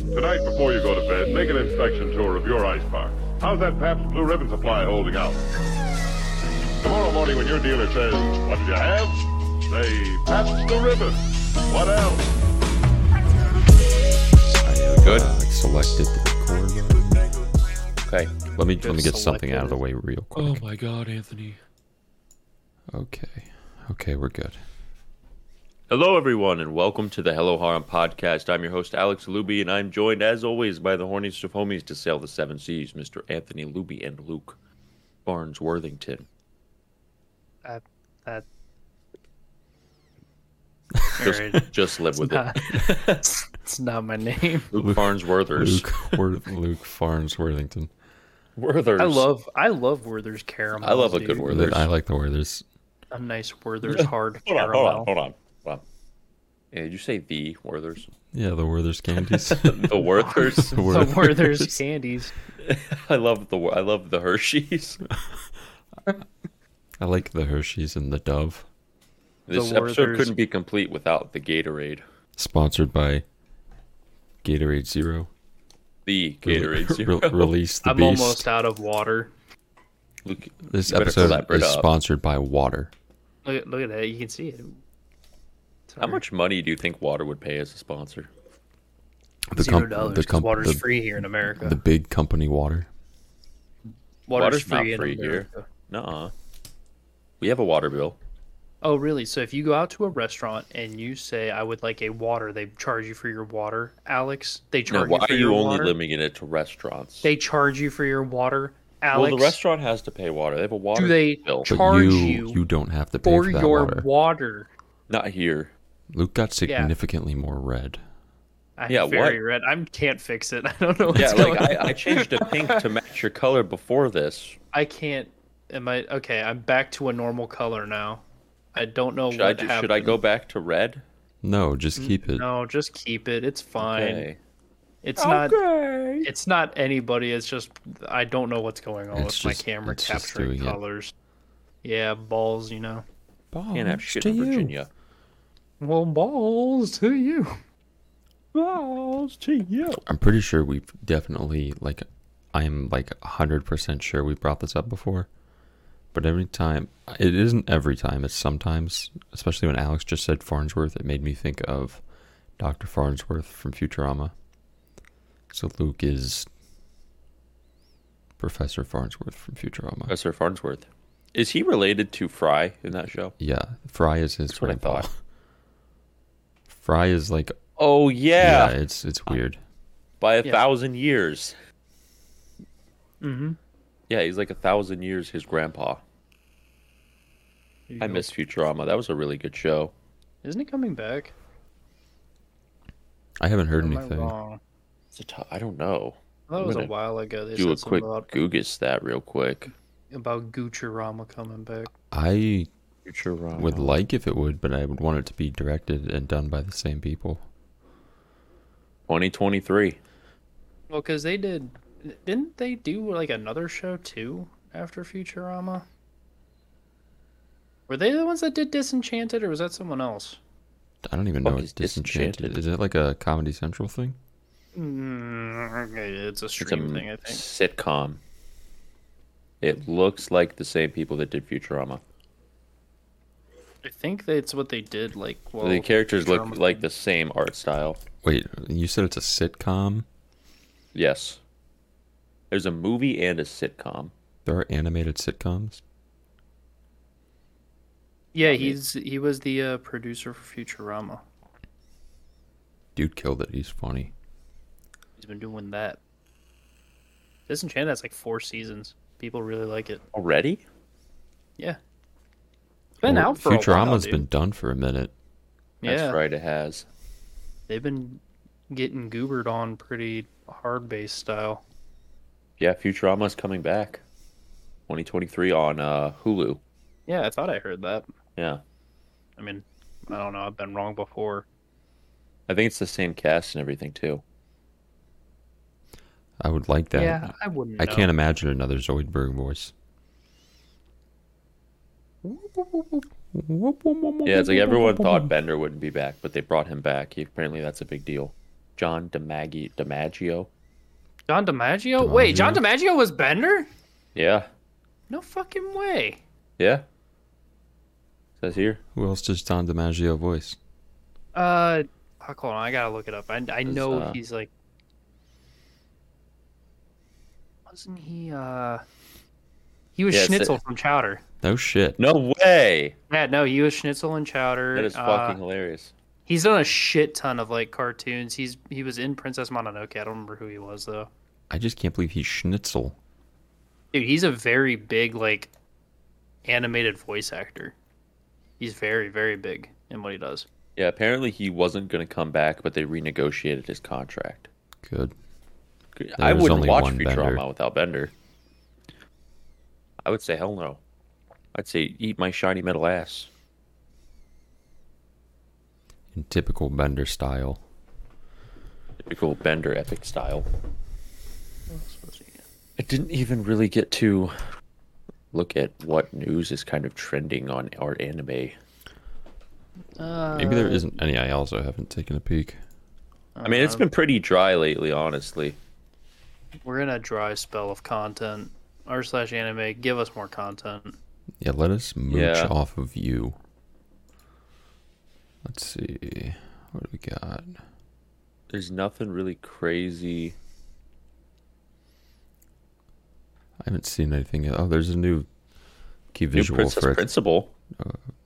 Tonight, before you go to bed, make an inspection tour of your icebox. How's that Pabst Blue Ribbon supply holding out? Tomorrow morning, when your dealer says, What did you have? Say, Pabst Blue Ribbon. What else? Good. Uh, selected the record. Okay. Let me let me get something out of Selected. the way real Oh quick. my God, Anthony. Okay. Okay, we're good. Hello, everyone, and welcome to the Hello Harem podcast. I'm your host, Alex Luby, and I'm joined, as always, by the horniest of homies to sail the seven seas, Mr. Anthony Luby and Luke Barnes Worthington. Uh, that Just, Alright. just live with it. not, it's not my name. Luke Barnes Worthers. Luke Wor- Luke Farns Worthington. Worthers. I love I love Werther's caramel. I love a good dude. Werther. That- I like the Worthers. A nice Werther's hard Hold on, caramel. hold on, hold on, hold on. Yeah, did you say the Worthers? Yeah, the Worthers candies. The Worthers. The The Werther's Werthers. candies. I love the I love the Hershey's. I like the Hershey's and the Dove. This The episode Werthers. couldn't be complete without the Gatorade. Sponsored by Gatorade Zero. The Re- Gatorade. re- Zero. release the I'm beast. almost out of water. Luke, This you better episode clap it is up. sponsored by water. Look at, look at that. You can see it. How much money do you think water would pay as a sponsor? The Zero com- dollars. the Because com- water's the- free here in America. The big company water. water's not free here. Nuh-uh. We have a water bill. Oh, really? So if you go out to a restaurant and you say, "I would like a water," they charge you for your water, Alex. They No, charge why you for are your you only water. limiting it to restaurants? They charge you for your water, Alex. well, the restaurant has to pay water. They have a water Do they bill. But charge you, you, you don't have to pay for for, that your water. water. Not here. Luke got Yeah. significantly more red. I'm Yeah, very red. I can't fix it. I don't know. What's Yeah, going like on. I, I changed to pink to match your color before this. I can't. Am I okay? I'm back to a normal color now. I don't know Should I, what ju- happened. should I go back to red? No, just keep it. Mm, No, just keep it. It's fine. Okay. It's not. It's not anybody. It's just I don't know what's going on It's with just- my camera it's just capturing doing it. colors. Yeah, balls. You know. Balls Can't have shit to in you. Virginia. Well, balls to you. Balls to you. I'm pretty sure we've definitely like I'm like 100% sure we brought this up before. But every time it isn't every time, it's sometimes, especially when Alex just said Farnsworth, it made me think of Dr. Farnsworth from Futurama. So Luke is Professor Farnsworth from Futurama. Professor Farnsworth. Is he related to Fry in that show? Yeah, Fry is his what I grandpa. thought. Fry is like Oh yeah, yeah, it's it's weird. by a Yeah. thousand years. Mhm. Yeah, he's like a thousand years his grandpa. There you I go. miss Futurama. That was a really good show. Isn't it coming back? I haven't heard Or am I anything. wrong? It's a t- I don't know. I thought it was a gonna while ago. They Do a said something quick about, Googus that real quick. about Gucci-rama coming back. I Futurama. would like if it would, but I would want it to be directed and done by the same people. 2023. Well, because they did, didn't they do like another show too after Futurama? Were they the ones that did Disenchanted, or was that someone else? I don't even Fuck know is it's disenchanted. Disenchanted? Is it like a Comedy Central thing? Mm, okay, it's a It's a stream thing, I think. sitcom. It looks like the same people that did Futurama. I think that's what they did. Like, well, the characters Futurama- look like the same art style. Wait, you said it's a sitcom? Yes. There's a movie and a sitcom. There are animated sitcoms? yeah, he's he was the uh, producer for Futurama. Dude killed it. He's funny. He's been doing that. Disenchanted has like four seasons. People really like it. Already? Yeah, it's been Well, out for Futurama's a while. dude. been done for a minute. yeah. That's right, it has. They've been getting goobered on pretty hard base style. Yeah, Futurama's coming back. 2023 on uh, Hulu. Yeah, I thought I heard that. Yeah. I mean, I don't know. I've been wrong before. I think it's the same cast and everything, too. I would like that. yeah, I wouldn't. I can't imagine another Zoidberg voice. Yeah, it's like everyone thought Bender wouldn't be back, but they brought him back. He, apparently, that's a big deal. John DiMaggi- DiMaggio. John DiMaggio? Wait, John DiMaggio was Bender? Yeah, No fucking way. yeah. Says here. Who else does Don DiMaggio voice? Uh, fuck, hold on, I gotta look it up. I I know uh, he's like. Wasn't he? Uh, he was Yeah, it's a- Schnitzel from Chowder. No shit. No way. Yeah, no, he was Schnitzel and Chowder. That is Uh, fucking hilarious. he's done a shit ton of like cartoons. He's he was in Princess Mononoke. I don't remember who he was though. I just can't believe he's Schnitzel. Dude, he's a very big like animated voice actor. He's very very big in what he does. Yeah, apparently he wasn't going to come back, but they renegotiated his contract. Good. I was wouldn't only watch one Futurama Bender. without Bender. I would say hell no. I'd say eat my shiny metal ass. In typical Bender style. Typical Bender epic style. Let's see. I didn't even really get to look at what news is kind of trending on our anime. Maybe Uh, there isn't any. I also haven't taken a peek. I mean, Uh, it's been pretty dry lately, honestly. We're in a dry spell of content. R slash anime, give us more content. Yeah, let us mooch Yeah. off of you. Let's see. What do we got? There's nothing really crazy. I haven't seen anything yet. Oh, there's a new key New visual Princess for it. Principal.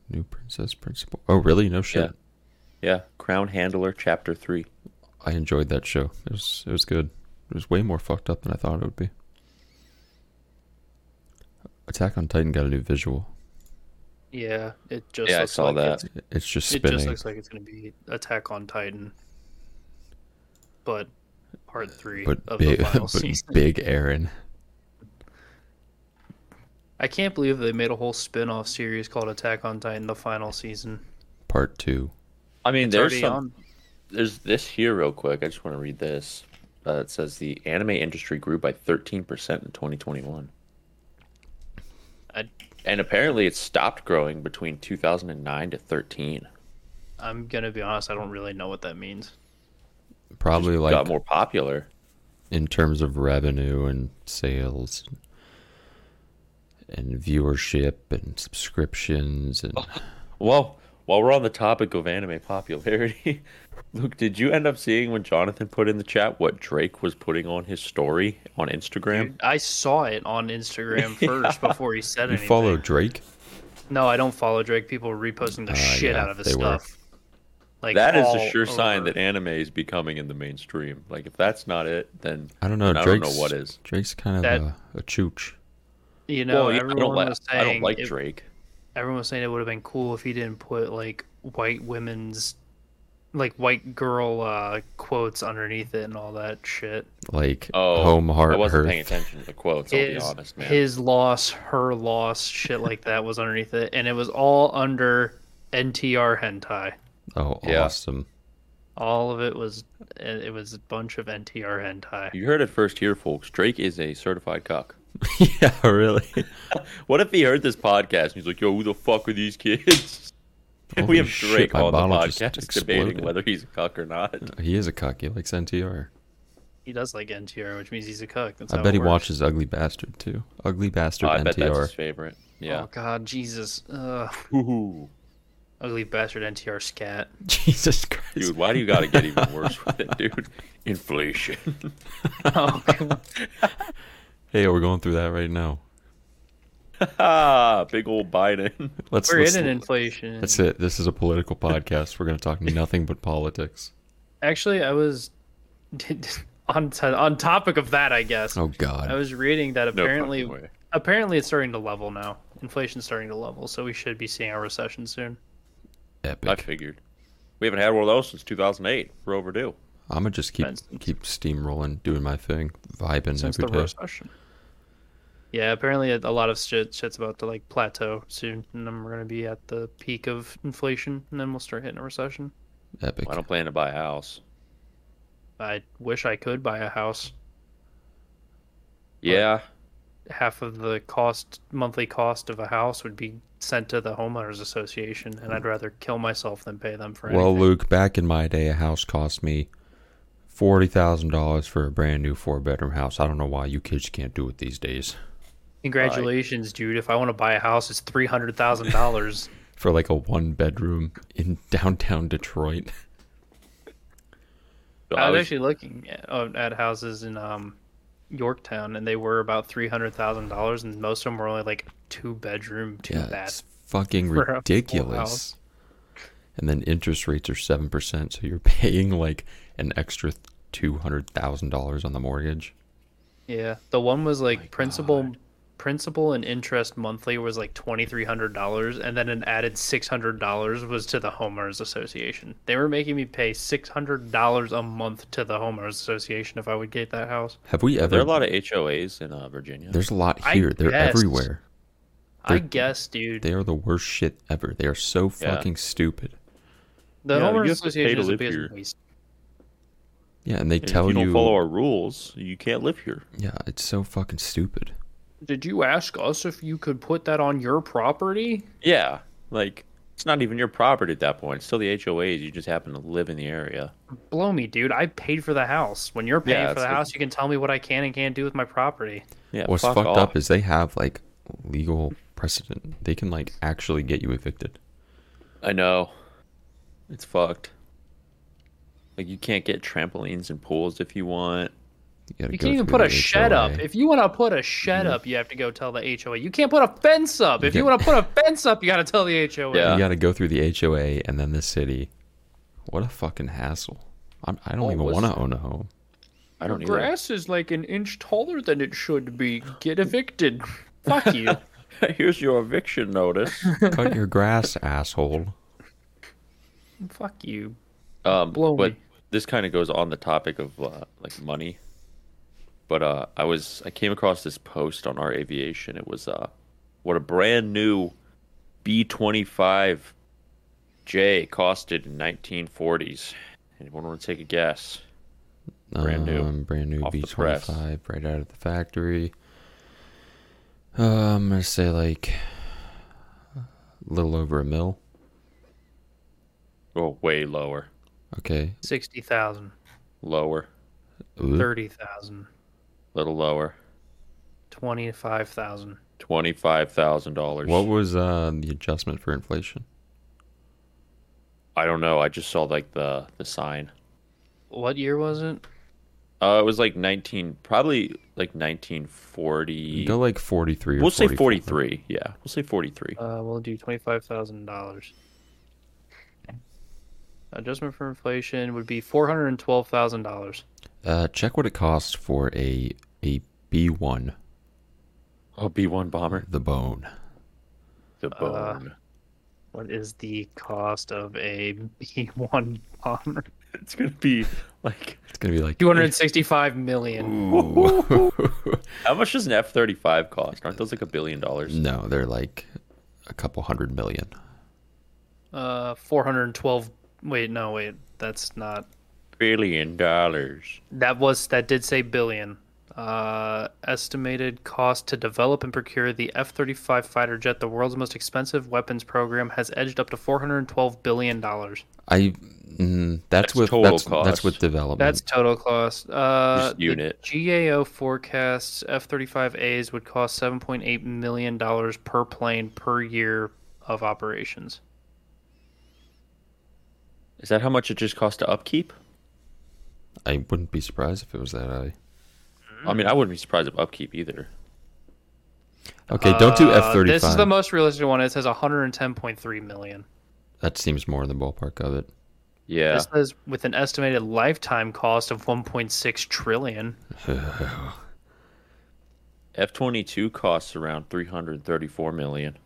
New Princess Principal. Oh, really? No shit. Yeah. Yeah, Crown Handler Chapter 3. I enjoyed that show. It was it was good. It was way more fucked up than I thought it would be. Attack on Titan got a new visual. Yeah, it just Yeah, I looks saw like that. it's- It's just It spinning. just looks like it's going to be Attack on Titan, but part three but of big, the final but season. big Aaron. I can't believe they made a whole spin-off series called Attack on Titan: The Final Season. Part two. I mean, It's there's already some. on. there's this here real quick. I just want to read this. Uh, it says the anime industry grew by 13% in 2021. I, And apparently it stopped growing between 2009 to 13. I'm gonna be honest. I don't really know what that means. Probably It got like more popular. in terms of revenue and sales and viewership and subscriptions and Well, while we're on the topic of anime popularity, Luke, did you end up seeing when Jonathan put in the chat what Drake was putting on his story on Instagram? I saw it on Instagram first before he said you anything. follow Drake? Ah, No, I don't follow Drake. People are reposting the shit yeah, out of his they were. stuff. Like that is all a sure sign over. that anime is becoming in the mainstream. Like if that's not it, then I don't know. then I don't Drake's, know what is. Drake's kind of That- a, a chooch. you know well, yeah, I everyone don't like was I saying don't like it- Drake. everyone was saying it would have been cool if he didn't put like white women's like white girl uh quotes underneath it and all that shit Like Oh, home heart I wasn't paying hearth. attention to the quotes. I'll be honest, man. his loss her loss shit like that was underneath it and it was all under ntr hentai Oh, Yeah. awesome. all of it was eh, it was a bunch of ntr hentai you heard it first here, folks. Drake is a certified cock. yeah, really. What if he heard this podcast and he's like, "Yo, who the fuck are these kids?" And we Holy have shit, Drake my on the bottle just podcast debating exploded. whether he's a cuck or not. He is a cuck. He likes NTR. he does like ntr which means he's a cook That's I how bet it he works. watches Ugly Bastard too. Ugly Bastard Oh, I bet that's his NTR. favorite. Yeah. oh god jesus Ugh. Ooh. ugly bastard ntr scat Jesus Christ. Dude, why do you got to get even worse with it, dude? Inflation. oh god Hey, we're going through that right now. ah, big old Biden. Let's. we're let's in an inflation that's it. This is a political podcast. We're going to talk nothing but politics. Actually, I was on t- on topic of that. I guess Oh I God. was reading that No apparently fucking way. apparently it's starting to level now. Inflation's starting to level, so we should be seeing a recession soon. I Epic. figured. We haven't had one of those since 2008. We're overdue. I'm gonna just keep For instance. keep steamrolling, doing my thing, vibing Since every the day. recession. Yeah, apparently a a lot of shit, shit's about to like plateau soon, and then we're gonna be at the peak of inflation, and then we'll start hitting a recession. Epic. I don't plan to buy a house. I wish I could buy a house. Yeah. Half of the cost, monthly cost of a house, would be sent to the homeowners association, and I'd rather kill myself than pay them for anything. Well, Luke, back in my day, a house cost me forty thousand dollars for a brand new four bedroom house. I don't know why you kids can't do it these days. Congratulations, dude. If I want to buy a house, it's three hundred thousand dollars. For like a one bedroom in downtown Detroit. So I was actually looking at, uh, at houses in um, Yorktown, and they were about three hundred thousand dollars, and most of them were only like two bedroom, two Yeah, bath. it's fucking for a full ridiculous. house. And then interest rates are seven percent, so you're paying like an extra two hundred thousand dollars on the mortgage. Yeah, the one was like principal, principal and interest monthly was like twenty three hundred dollars, and then an added six hundred dollars was to the homeowners association. They were making me pay six hundred dollars a month to the homeowners association if I would get that house. Have we there ever? are a lot of HOAs in uh, Virginia. there's a lot I here. They're guess. everywhere. I They're- guess, dude. They are the worst shit ever. They are so Yeah. fucking stupid. the Yeah, you homeowners have to pay association to is the live biggest here. waste. Yeah, and they And tell if you you. don't follow our rules, you can't live here. yeah, it's so fucking stupid. Did you ask us if you could put that on your property? Yeah, like it's not even your property at that point. It's still the HOAs. You just happen to live in the area. Blow me, dude. I paid for the house. When you're paying Yeah, for it's the the- house, you can tell me what I can and can't do with my property. Yeah, What's fuck fucked off. up is they have like legal precedent. They can like actually get you evicted. I know. It's fucked. Like you can't get trampolines and pools if you want. gotta You go can't even through put a the shed up. HOA. If you want to put a shed up, you have to go tell the HOA. You can't put a fence up. If you Yeah. want to put a fence up, you got to tell the HOA. Yeah. you got to go through the HOA and then the city. What a fucking hassle! I'm, I don't What even was want to that? own a home. I don't even. Grass is like an inch taller than it should be. Get evicted. Fuck you. Here's your eviction notice. Cut your grass, asshole. Fuck you. Um, Blow but me. this kind of goes on the topic of uh, like money. But uh, I was I came across this post on our aviation. It was uh, what a brand new B twenty five J costed in nineteen forties. Anyone want to take a guess? Brand new. Um, brand new Off the B twenty press. five, right out of the factory. Uh, I'm gonna say like a little over a mil. Oh, way lower, Okay. 60,000, lower, Ooh, 30,000, little lower. 25,000. Twenty five thousand dollars. What was uh, the adjustment for inflation? I don't know. I just saw like the the sign. What year was it? Uh, it was like nineteen, probably like nineteen forty. Go like forty three. We'll say forty three. Yeah, we'll say forty three. Uh, we'll do $25,000. Adjustment for inflation would be $412,000. Uh, check what it costs for a a B one, Oh, B one bomber. the bone. The bone. What is the cost of a B1 bomber? it's gonna be like It's gonna be like 265 million. how much does an F thirty five cost? Aren't those like a billion dollars? No, they're like a couple hundred million. Uh 412 Wait, no, wait. That's not Billion dollars. That was that did say billion. Uh estimated cost to develop and procure the F-35 fighter jet, the world's most expensive weapons program, has edged up to 412 billion dollars. I mm, that's, That's with total that's, that's cost. with development. That's total cost. Uh, Just unit. The GAO forecasts F-35As would cost 7.8 million dollars per plane per year of operations. Is that how much it just costs to upkeep? I wouldn't be surprised if it was that high. I mean, I wouldn't be surprised if upkeep either. Okay, don't do Uh, F thirty This is the five. most realistic one. It says 110.3 million. That seems more in the ballpark of it. Yeah. This says with an estimated lifetime cost of 1.6 trillion. F twenty two costs around three hundred thirty four million.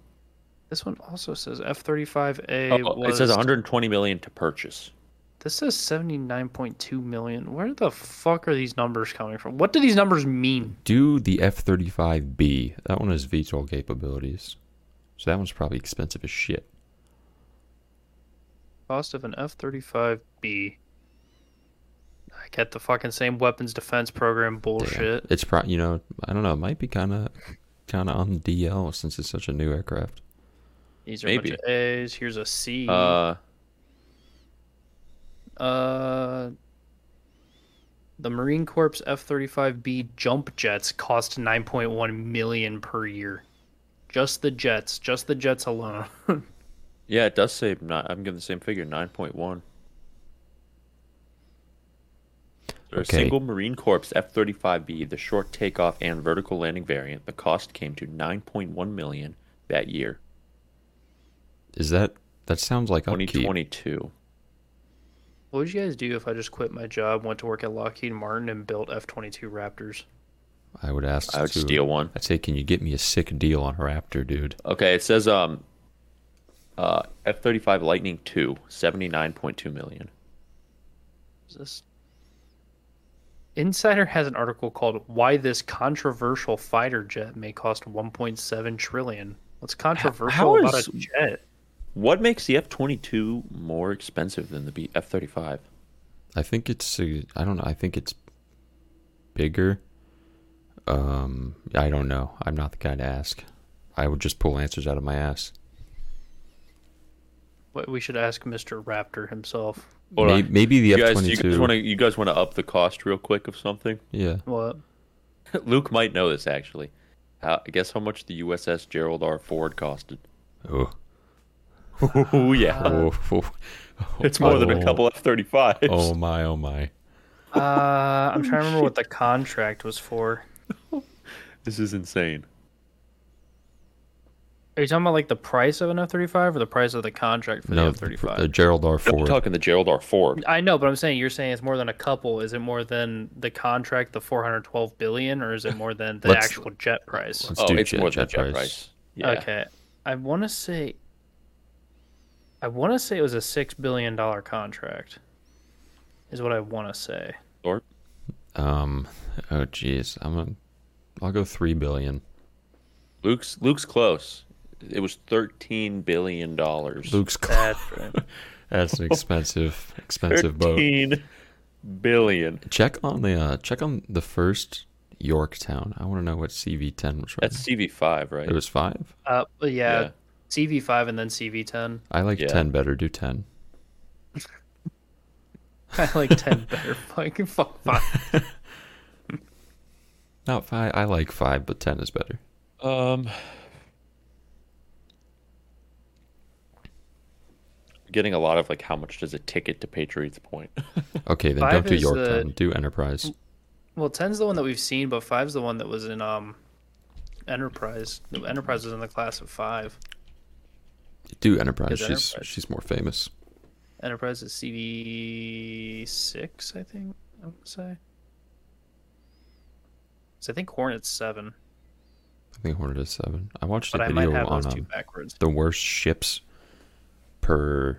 This one also says F-35A Oh, was. it says one hundred twenty million to purchase. This says 79.2 million. Where the fuck are these numbers coming from? What do these numbers mean? Do the F thirty five B. That one has VTOL capabilities, so that one's probably expensive as shit. Cost of an F 35B. I get the fucking same weapons defense program bullshit. It's pro. You know, I don't know. It might be kind of kind of on the DL since it's such a new aircraft. These are a Maybe. bunch of Uh, A's. Here's a C. Uh, Uh, The Marine Corps F-35B jump jets cost 9.1 million per year. Just the jets, just the jets alone. Yeah, it does say. Not, I'm giving the same figure, nine point one. Okay. For a single Marine Corps F-35B, the short takeoff and vertical landing variant, the cost came to 9.1 million that year, Is that that sounds like upkeep? 2022. what would you guys do if I just quit my job, went to work at Lockheed Martin, and built F-22 Raptors? I would ask. I would to- steal one. I'd say, can you get me a sick deal on a Raptor, dude? Okay, it says um, uh, F-35 Lightning II, 79.2 million. Is this? Insider has an article called "Why This Controversial Fighter Jet May Cost 1.7 Trillion." What's controversial how about is- a jet? What makes the F-22 more expensive than the B- F-35? I think it's. uh, I don't know. I think it's bigger. Um, I don't know. I'm not the guy to ask. I would just pull answers out of my ass. What we should ask Mr. Raptor himself. Hold May- on. Maybe the you F guys, twenty you guys two. want to you guys want to up the cost real quick of something? Yeah. What? Luke might know this actually. How, guess how much the USS Gerald R. Ford costed? Oh. Oh yeah, Oh, oh. it's more than Oh. a couple F thirty fives. Oh my! Oh my! Uh, I'm trying to remember what the contract was for. This is insane. Are you talking about like the price of an F-35 or the price of the contract for No, the F-35? uh, Gerald R. I'm Ford. talking the Gerald R. Ford. I know, but I'm saying you're saying it's more than a couple. Is it more than the contract, the 412 billion, or is it more than the Let's- actual jet price? Let's Oh, do it's jet, more than jet jet price. price. Yeah. Okay. I want to say. I want to say it was a six billion dollar contract. Is what I want to say. Or- Um. Oh jeez. I'm. A, I'll go three billion. Luke's Luke's close. It was thirteen billion dollars. Luke's. Cl- That's right. That's an expensive, expensive boat. Thirteen billion. Check on the uh, check on the first Yorktown. I want to know what CV10 was. That's CV five, right? it was five. Uh, but yeah, Yeah. CV five and then CV ten. I like Yeah. ten better. Do ten. I like ten better. Fucking fuck five. Not five. I like five, but ten is better. Um, getting a lot of like, how much does a ticket to Patriots Point? Okay, then do Five don't do is uh, the- Yorktown. Do Enterprise. Well, ten's the one that we've seen, but five's the one that was in um, Enterprise. No, Enterprise was in the class of five. Do Enterprise. Is She's Enterprise. she's more famous. Enterprise is CV six, I think. I would say. So I think Hornet's seven. I think Hornet is seven. I watched a but I might video have on those two um, backwards. the worst ships per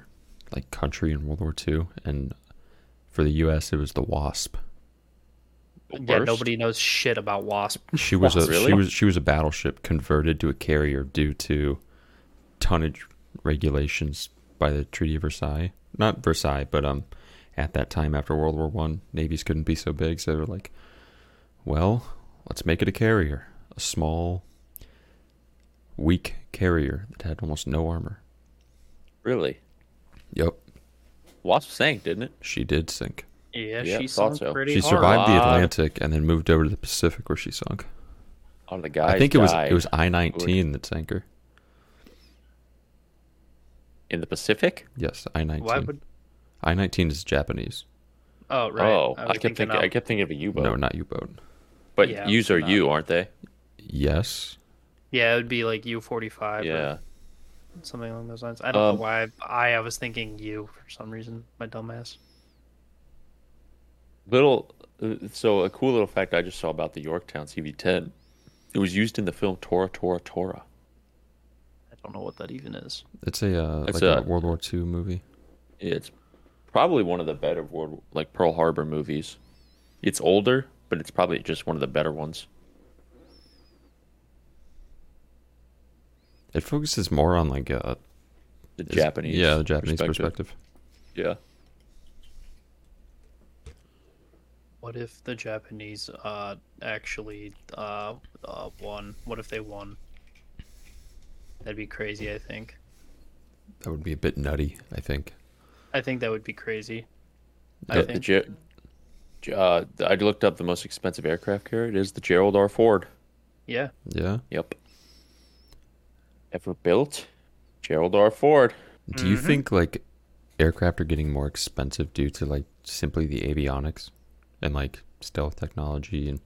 like country in World War II, and for the U.S. it was the Wasp. Yeah, Worst? nobody knows shit about Wasp. She was a Really? she was she was a battleship converted to a carrier due to tonnage regulations by the Treaty of Versailles. Not Versailles, but um, at that time after World War One, navies couldn't be so big, so they were like, "Well, let's make it a carrier, a small, weak carrier that had almost no armor." Really? Yep, Wasp sank, didn't it? she did sink. Yeah, Yeah, she thought sunk so. pretty She hard. survived the Wow. Atlantic and then moved over to the Pacific where she sunk. Oh, the guys. I think it was died it was I nineteen that sank her. in the Pacific. Yes, I nineteen. Why would? I nineteen is Japanese. Oh right. Oh, I, was kept thinking. of- I kept thinking of a U-boat. No, not U boat. but Yeah, U's are no. U, aren't they? Yes. Yeah, it would be like U forty five. yeah. Or something along those lines. I don't Um, know why. I I was thinking U for some reason. My dumbass. Little. uh, So a cool little fact I just saw about the Yorktown CV-10. It was used in the film Tora Tora Tora. I don't know what that even is. It's a uh, It's like a, a- World War II movie. It's probably one of the better World, like Pearl Harbor movies. It's older, but it's probably just one of the better ones. It focuses more on like a The Japanese. Yeah, the Japanese perspective. Yeah. What if the Japanese uh actually uh, uh won? What if they won? That'd be crazy. I think. That would be a bit nutty, I think. I think that would be crazy. I The- think. the Ja- Uh, I looked up the most expensive aircraft carrier. It is the Gerald R. Ford. Yeah. Yeah. Yep. Ever built? Gerald R. Ford. Do you think like aircraft are getting more expensive due to like simply the avionics and like stealth technology and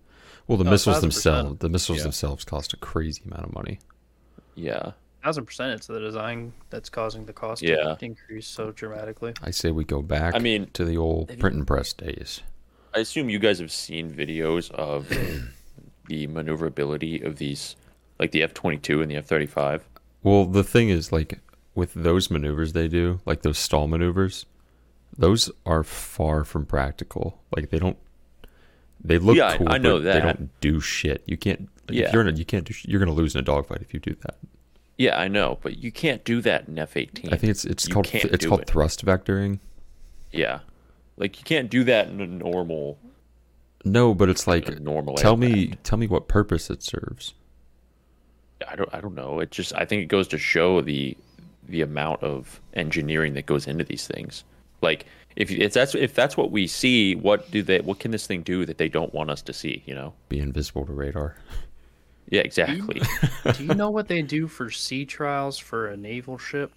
well the Oh, missiles 1000%. themselves the missiles Yeah. themselves cost a crazy amount of money. Yeah. Thousand percent, it's the design that's causing the cost to Yeah. increase so dramatically. I say we go back I mean, to the old print and press days. I assume you guys have seen videos of the maneuverability of these, like the F 22 and the F 35. Well, the thing is, like with those maneuvers they do, like those stall maneuvers, those are far from practical. Like they don't, they look Yeah, I- cool. I know but They that. don't do shit. You can't. Like, Yeah. If you're in a, you can't. Do, sh- you're gonna lose in a dogfight if you do that. Yeah, I know, but you can't do that in F 18. I think it's it's You called can't it's do called it. thrust vectoring. Yeah. Like, you can't do that in a normal. No, but it's like a normal Tell me, tell me what purpose it serves. I don't, I don't know. It just, I think it goes to show the the amount of engineering that goes into these things. Like, if, if that's if that's what we see, what do they? What can this thing do that they don't want us to see? You know? Be invisible to radar. Yeah, exactly. do you know what they do for sea trials for a naval ship?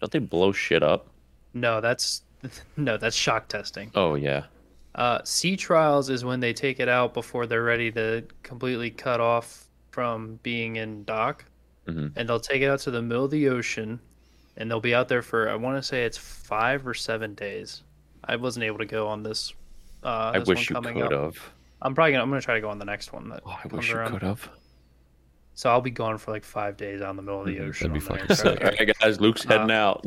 don't they blow shit up? No, that's no, that's shock testing. Oh yeah. Uh, sea trials is when they take it out before they're ready to completely cut off from being in dock, Mhm. and they'll take it out to the middle of the ocean, and they'll be out there for I want to say it's five or seven days. I wasn't able to go on this. Uh, I this wish you one coming could up. have. I'm probably gonna I'm gonna try to go on the next one that Oh, I comes wish you around. could have. So I'll be gone for like five days out in the middle of the ocean. Mm-hmm. that'd be on that fucking aircraft All right, guys, Luke's heading Uh, out.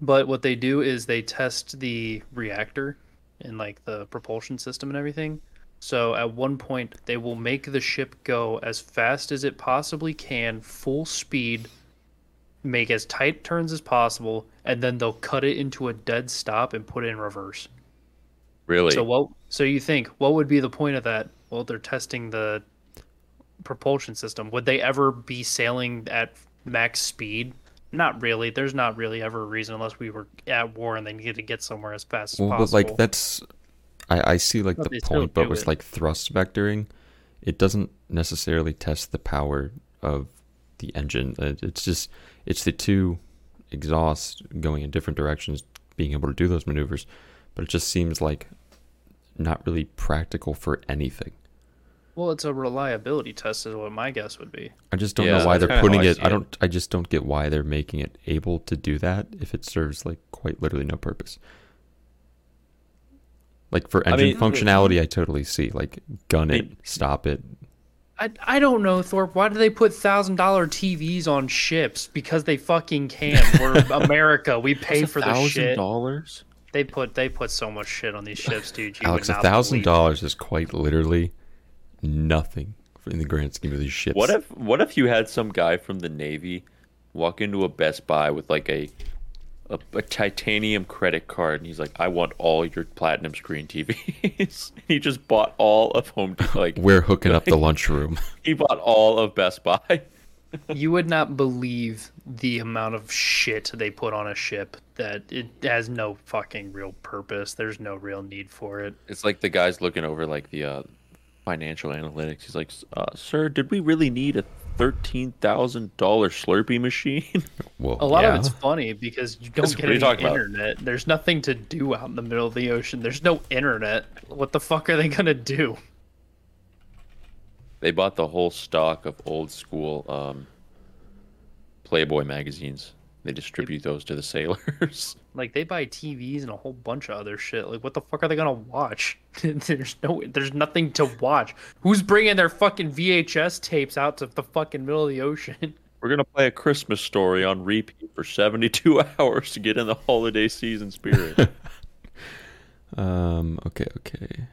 But what they do is they test the reactor and like the propulsion system and everything. So at one point, they will make the ship go as fast as it possibly can, full speed, make as tight turns as possible, and then they'll cut it into a dead stop and put it in reverse. Really? So what? So you think what would be the point of that? Well, they're testing the propulsion system. Would they ever be sailing at max speed? Not really. There's not really ever a reason unless we were at war and they needed to get somewhere as fast as Well, but possible. like that's, I I see like But the they still point, but do with it. like thrust vectoring, it doesn't necessarily test the power of the engine. Uh, It's just it's the two exhausts going in different directions, being able to do those maneuvers, but it just seems like not really practical for anything. well, it's a reliability test, is what my guess would be. I just don't Yeah, know why they're that's kinda putting how I it. see I it. don't. I just don't get why they're making it able to do that if it serves like quite literally no purpose. Like for engine mean- functionality, I totally see. Like gun it, mean- stop it. I, I don't know, Thorpe. Why do they put thousand dollar TVs on ships? Because they fucking can. We're America. We pay for the Thousand shit. dollars? They put they put so much shit on these ships, dude. You Alex, would a not thousand believe. dollars is quite literally nothing in the grand scheme of these ships. What if what if you had some guy from the Navy walk into a Best Buy with like a a, a titanium credit card and he's like, I want all your platinum screen TVs. he just bought all of Home Depot. Like we're hooking up the lunchroom? he bought all of Best Buy. You would not believe the amount of shit they put on a ship that it has no fucking real purpose. There's no real need for it. It's like the guy's looking over like the uh, financial analytics. He's like, uh, "Sir, did we really need a thirteen thousand dollar Slurpee machine?" Well, A lot yeah. of it's funny because you don't That's- get what are you any talking about? internet. There's nothing to do out in the middle of the ocean. There's no internet. What the fuck are they gonna do? they bought the whole stock of old school um, Playboy magazines. They distribute those to the sailors. Like they buy TVs and a whole bunch of other shit. Like what the fuck are they gonna watch? there's no, there's nothing to watch. Who's bringing their fucking VHS tapes out to the fucking middle of the ocean? We're gonna play a Christmas story on repeat for seventy-two hours to get in the holiday season spirit. Um. Okay. Okay.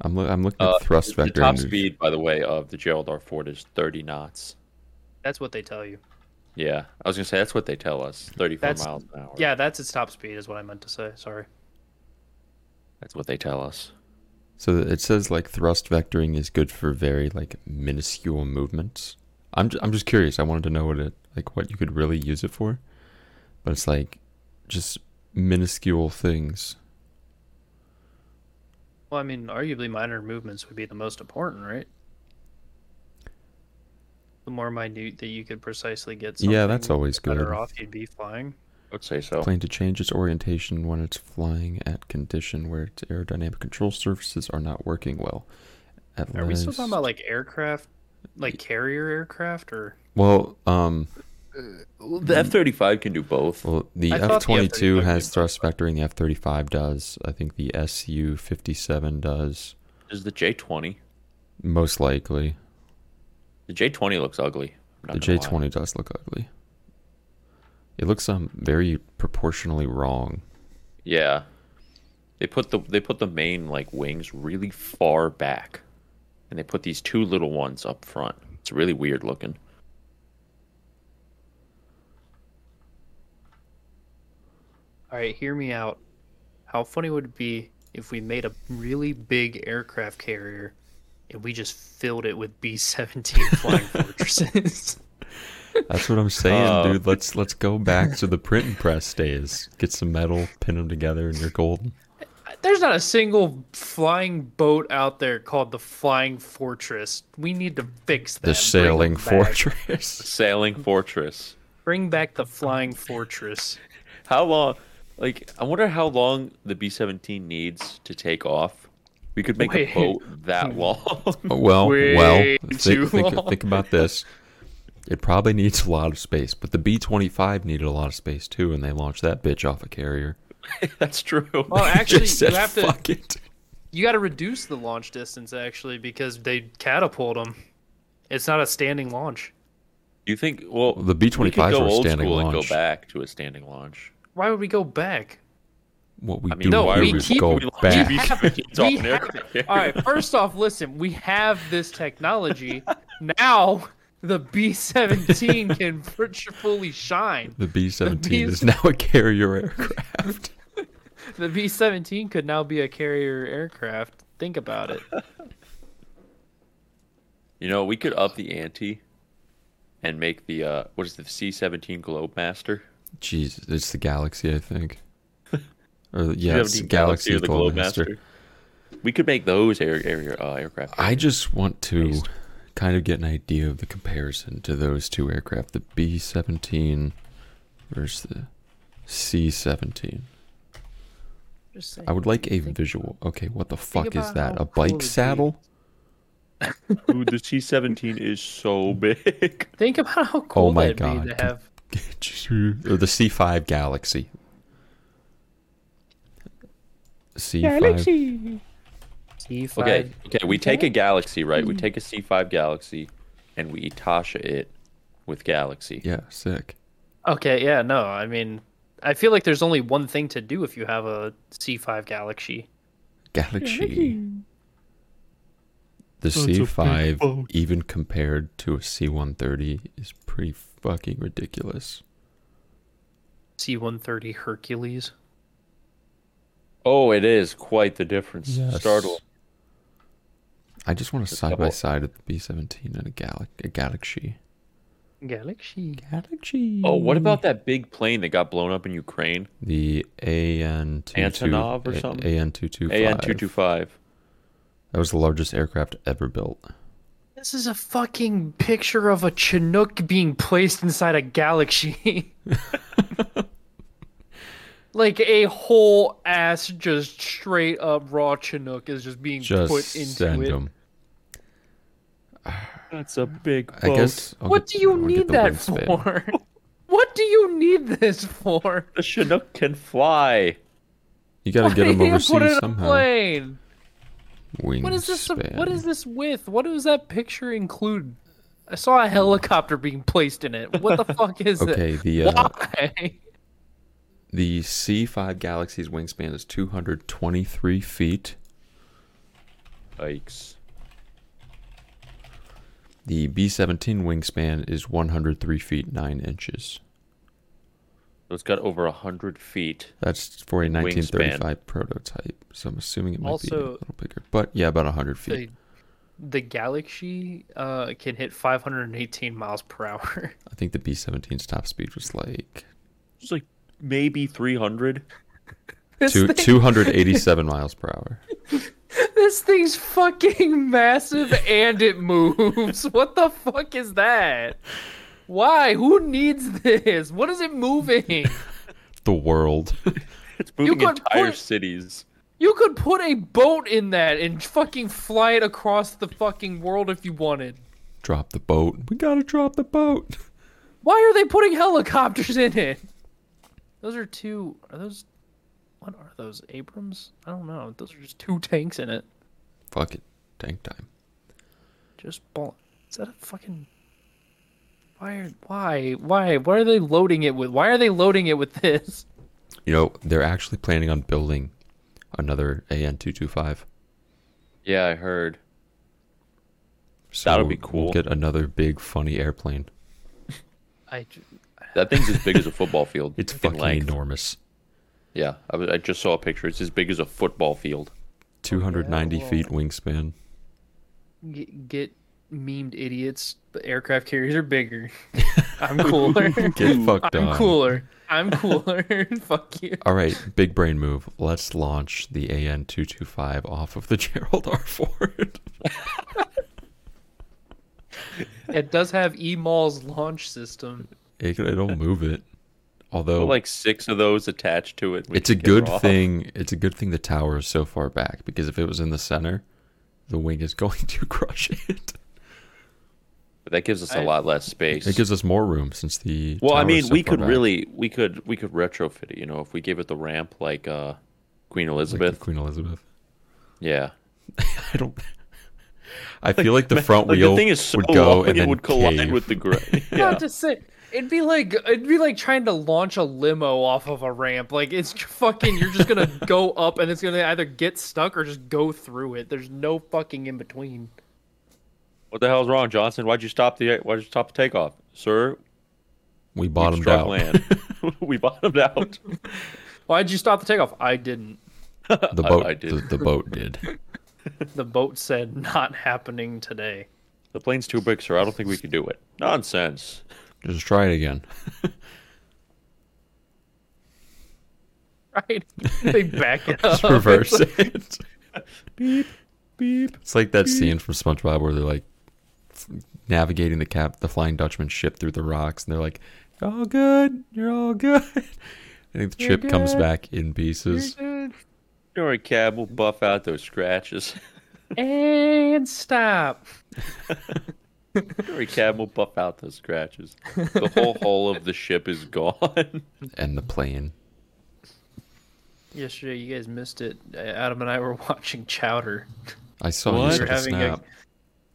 I'm lo- I'm looking at Uh, thrust the vector. top speed, by the way, of the Gerald R. Ford is thirty knots. That's what they tell you. Yeah, I was gonna say that's what they tell us. Thirty-four That's- miles an hour. Yeah, that's its top speed, is what I meant to say. Sorry. that's what they tell us. So it says like thrust vectoring is good for very like minuscule movements. I'm ju- I'm just curious. I wanted to know what it like what you could really use it for. But it's like just minuscule things. Well, I mean, arguably minor movements would be the most important, right? The more minute that you could precisely get something, Yeah, that's always the better good. off you'd be flying. I would say so. Plane to change its orientation when it's flying at condition where its aerodynamic control surfaces are not working well. At Are we still talking least- about like aircraft, like carrier aircraft, or Well, um, The F thirty five can do both. well, the I thought F the twenty two F-35 has did thrust vectoring. The F thirty five does. I think the Su fifty seven does. Is the J twenty? Most likely, The J twenty looks ugly. I'm not the J gonna lie. twenty does look ugly. It looks um very proportionally wrong. Yeah. They put the they put the main like wings really far back. And they put these two little ones up front. It's really weird looking. all right, hear me out. How funny would it be if we made a really big aircraft carrier and we just filled it with B seventeen flying fortresses? That's what I'm saying, Oh. dude. Let's let's go back to the print and press days. Get some metal, pin them together, and you're golden. There's not a single flying boat out there called the Flying Fortress. We need to fix that. The Bring sailing it back. fortress. Sailing Fortress. Bring back the Flying Fortress. How long like I wonder how long the B seventeen needs to take off. We could make Wait. a boat that long. Well, Way well, too think, think, long. think about this. It probably needs a lot of space, but the B-25 needed a lot of space too, and they launched that bitch off a carrier. That's true. Well, actually, Just said, you have to fuck it. you got to reduce the launch distance actually because they catapult them. It's not a standing launch. you think well The B-25s we could go were a old standing school and launch. go back to a standing launch. Why would we go back? What we I mean, do no, we is keep- go we launch back. B- Have It's it. off We an have aircraft it. All right. First off, listen. We have this technology now. The B seventeen can rich- fully shine. The B-17 The B- is now a carrier aircraft. The B seventeen could now be a carrier aircraft. Think about it. You know, we could up the ante and make the uh what is the C seventeen Globemaster? Jesus, it's the Galaxy, I think. Or the- yeah, it's the Galaxy, or the Globemaster. Globemaster. We could make those air, air uh, aircraft. I just want to Based. kind of get an idea of the comparison to those two aircraft, the B 17 versus the C 17. Just saying. I would like a visual. Okay, what the fuck is about that? how A cool it'd bike be. saddle? Dude, the C seventeen is so big. Think about how cool Oh my that'd God. be to have. or the C 5 Galaxy? C 5. C5. Okay, okay. We take a Galaxy, right? We take a C five Galaxy, and we Tasha it with Galaxy. Yeah, sick. Okay, yeah, no, I mean, I feel like there's only one thing to do if you have a C5 Galaxy. Galaxy. The C5, even compared to a C 130, is pretty fucking ridiculous. C130 Hercules. Oh, it is quite the difference. Yes. Startling. I just want to side by double- side of the B seventeen and a gal a galaxy. Galaxy. Galaxy. Oh, what about that big plane that got blown up in Ukraine? the AN two Antonov or something? AN two two AN two two five. That was the largest aircraft ever built. This is a fucking picture of a Chinook being placed inside a galaxy. like a whole ass, just straight up raw Chinook is just being Just put into send it. them. That's a big I guess. I'll What get- do you I'll get need the that wingspan. for? what do you need this for? The Chinook can fly. You gotta get them Why do you put it overseas in a somehow. plane? Wingspan. What is this? What is this with? What does that picture include? I saw a helicopter being placed in it. What the fuck is Okay, it? the uh, Why? the C five Galaxy's wingspan is two hundred twenty three feet. Yikes. The B seventeen wingspan is one hundred three feet nine inches. So it's got over 100 feet. That's for a Wingspan. 1935 prototype, so I'm assuming it might be a Also- little bigger. But yeah, about 100 feet. The, the Galaxy uh, can hit 518 miles per hour. I think the B-17's top speed was like It's like maybe 300. This two, thing- 287 miles per hour. This thing's fucking massive and it moves. What the fuck is that? Why? Who needs this? What is it moving? The world. It's moving could entire put- cities. You could put a boat in that and fucking fly it across the fucking world if you wanted. drop the boat. We gotta drop the boat. Why are they putting helicopters in it? Those are two. Are those. What are those? Abrams? I don't know. Those are just two tanks in it. Fuck it. Tank time. Just ball. Is that a fucking? Why? Are, why? Why? Why are they loading it with? Why are they loading it with this? You know, they're actually planning on building another AN225. Yeah, I heard. So That'll be we'll cool. get another big, funny airplane. I. ju- That thing's as big as a football field. It's in fucking length. enormous. Yeah, I, was- I just saw a picture. It's as big as a football field. 290 well. feet wingspan. Get, get memed idiots. The aircraft carriers are bigger. I'm cooler. Get fucked I'm on. cooler. I'm cooler. Fuck you. All right, big brain move. Let's launch the AN225 off of the Gerald R. Ford. It does have EMAL's launch system. It, can- it'll move it. Although, Put like six of those attached to it. We Oh. it's a could get her good off. thing. It's a good thing the tower is so far back because if it was in the center, the wing is going to crush it. But that gives us a I- lot less space. It gives us more room since the. well, I tower is mean, so we far could back, really, we could, we could retrofit it. You know, if we gave it the ramp like uh, Queen like Elizabeth. the Queen Elizabeth. yeah. I don't. I feel like the front Like wheel the thing is so would go long, and it then would collide cave. with the ground. Yeah. yeah. to say, it'd be like it'd be like trying to launch a limo off of a ramp. Like it's fucking. You're just gonna go up, and it's gonna either get stuck or just go through it. There's no fucking in between. What the hell's wrong, Johnson? Why'd you stop the? Why'd you stop the takeoff, sir? We we bottomed struck out. land. we bottomed out. Why'd you stop the takeoff? I didn't. The I- boat. I did. The, the boat did. The boat said not happening today. The plane's too big, sir. I don't think we can do it. Nonsense. Just try it again. Right? They back it up. Oh, Just reverse it. beep beep. It's like that scene from SpongeBob where they're like navigating the cap, the Flying Dutchman ship through the rocks, and they're like, "You're all good. You're all good." I think the ship comes good. back in pieces. Don't worry, cab. We'll buff out those scratches. And stop. Don't worry, cab. We'll buff out those scratches. The whole hull of the ship is gone. And the plane. Yesterday, you guys missed it. Adam and I were watching Chowder. I saw What? you You're sent a having a- snap.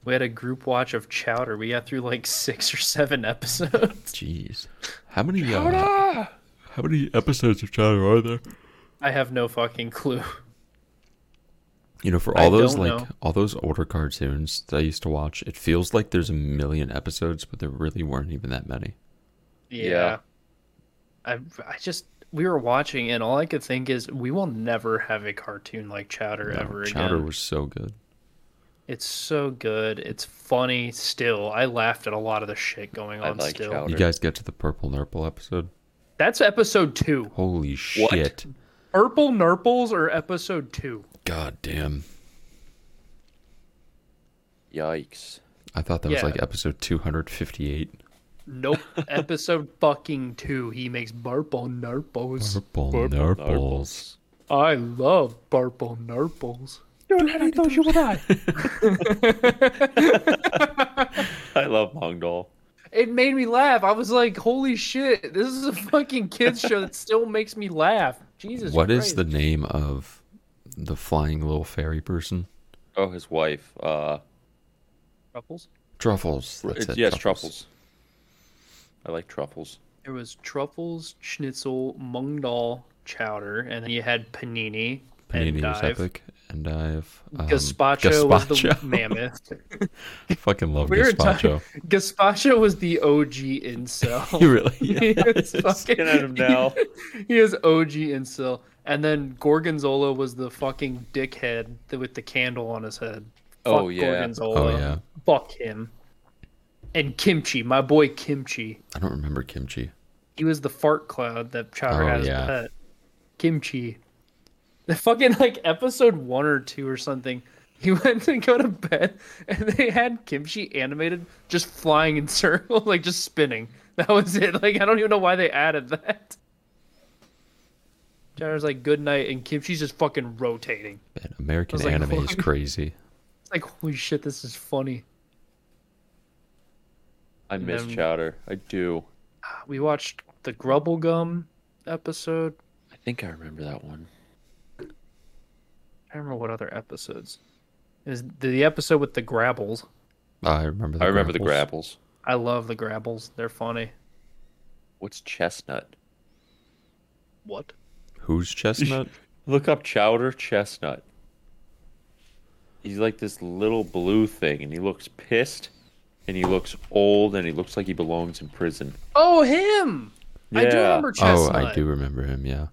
We had a group watch of Chowder. We got through like six or seven episodes. Jeez, how many? Uh, how many episodes of Chowder are there? I have no fucking clue. You know, for I all those don't like know. all those older cartoons that I used to watch, it feels like there's a million episodes, but there really weren't even that many. Yeah. Yeah. I I just we were watching and all I could think is we will never have a cartoon like Chowder No, ever Chowder again. was so good. It's so good. It's funny still. I laughed at a lot of the shit going I on like still. Chowder. You guys get to the Purple Nurple episode? That's episode 2. Holy shit. What? Purple Nurples are episode 2. God damn. Yikes. I thought that was Yeah. like episode 258. Nope. episode fucking 2. He makes Purple Nurples. Purple, Nurples. I love Purple Nurples. I love Hong Dong. It made me laugh. I was like, holy shit, this is a fucking kids show that still makes me laugh. Jesus What Christ. is the name of the flying little fairy person? Oh, his wife. Uh, Truffles? Truffles. That's it's, it. yes, truffles. I like truffles. There was truffles, schnitzel, mung dal, chowder, and then you had panini. and Panini was dive. epic. And I've. Um, Gazpacho, was the gazpacho. mammoth. I fucking love We were Gazpacho. talking. Gazpacho was the OG incel. You really? Yeah. He is fucking- Get at him now. He is OG incel. And then Gorgonzola was the fucking dickhead th- with the candle on his head. Fuck Oh, yeah. Gorgonzola. Oh, yeah. Fuck him. And Kimchi, my boy Kimchi. I don't remember kimchi. He was the fart cloud that Chowder Oh, had as yeah. a pet. Kimchi. The fucking like episode one or two or something. He went to go to bed, and they had Kimchi animated just flying in circles, like just spinning. That was it. Like I don't even know why they added that. Jenner's like good night, and Kimchi's just fucking rotating. Man, American I was like, anime is "What?" crazy. It's like holy shit, this is funny. I miss then- Chowder. I do. We watched the Grubble Gum episode. I think I remember that one. I don't remember what other episodes. It was the episode with the Grabbles. I remember. The I remember the grapples. grapples. I love the Grabbles. They're funny. What's chestnut? What? Who's chestnut? Look up Chowder Chestnut. He's like this little blue thing, and he looks pissed, and he looks old, and he looks like he belongs in prison. Oh, him! I do Yeah. remember oh, Chestnut. I do remember him. Yeah.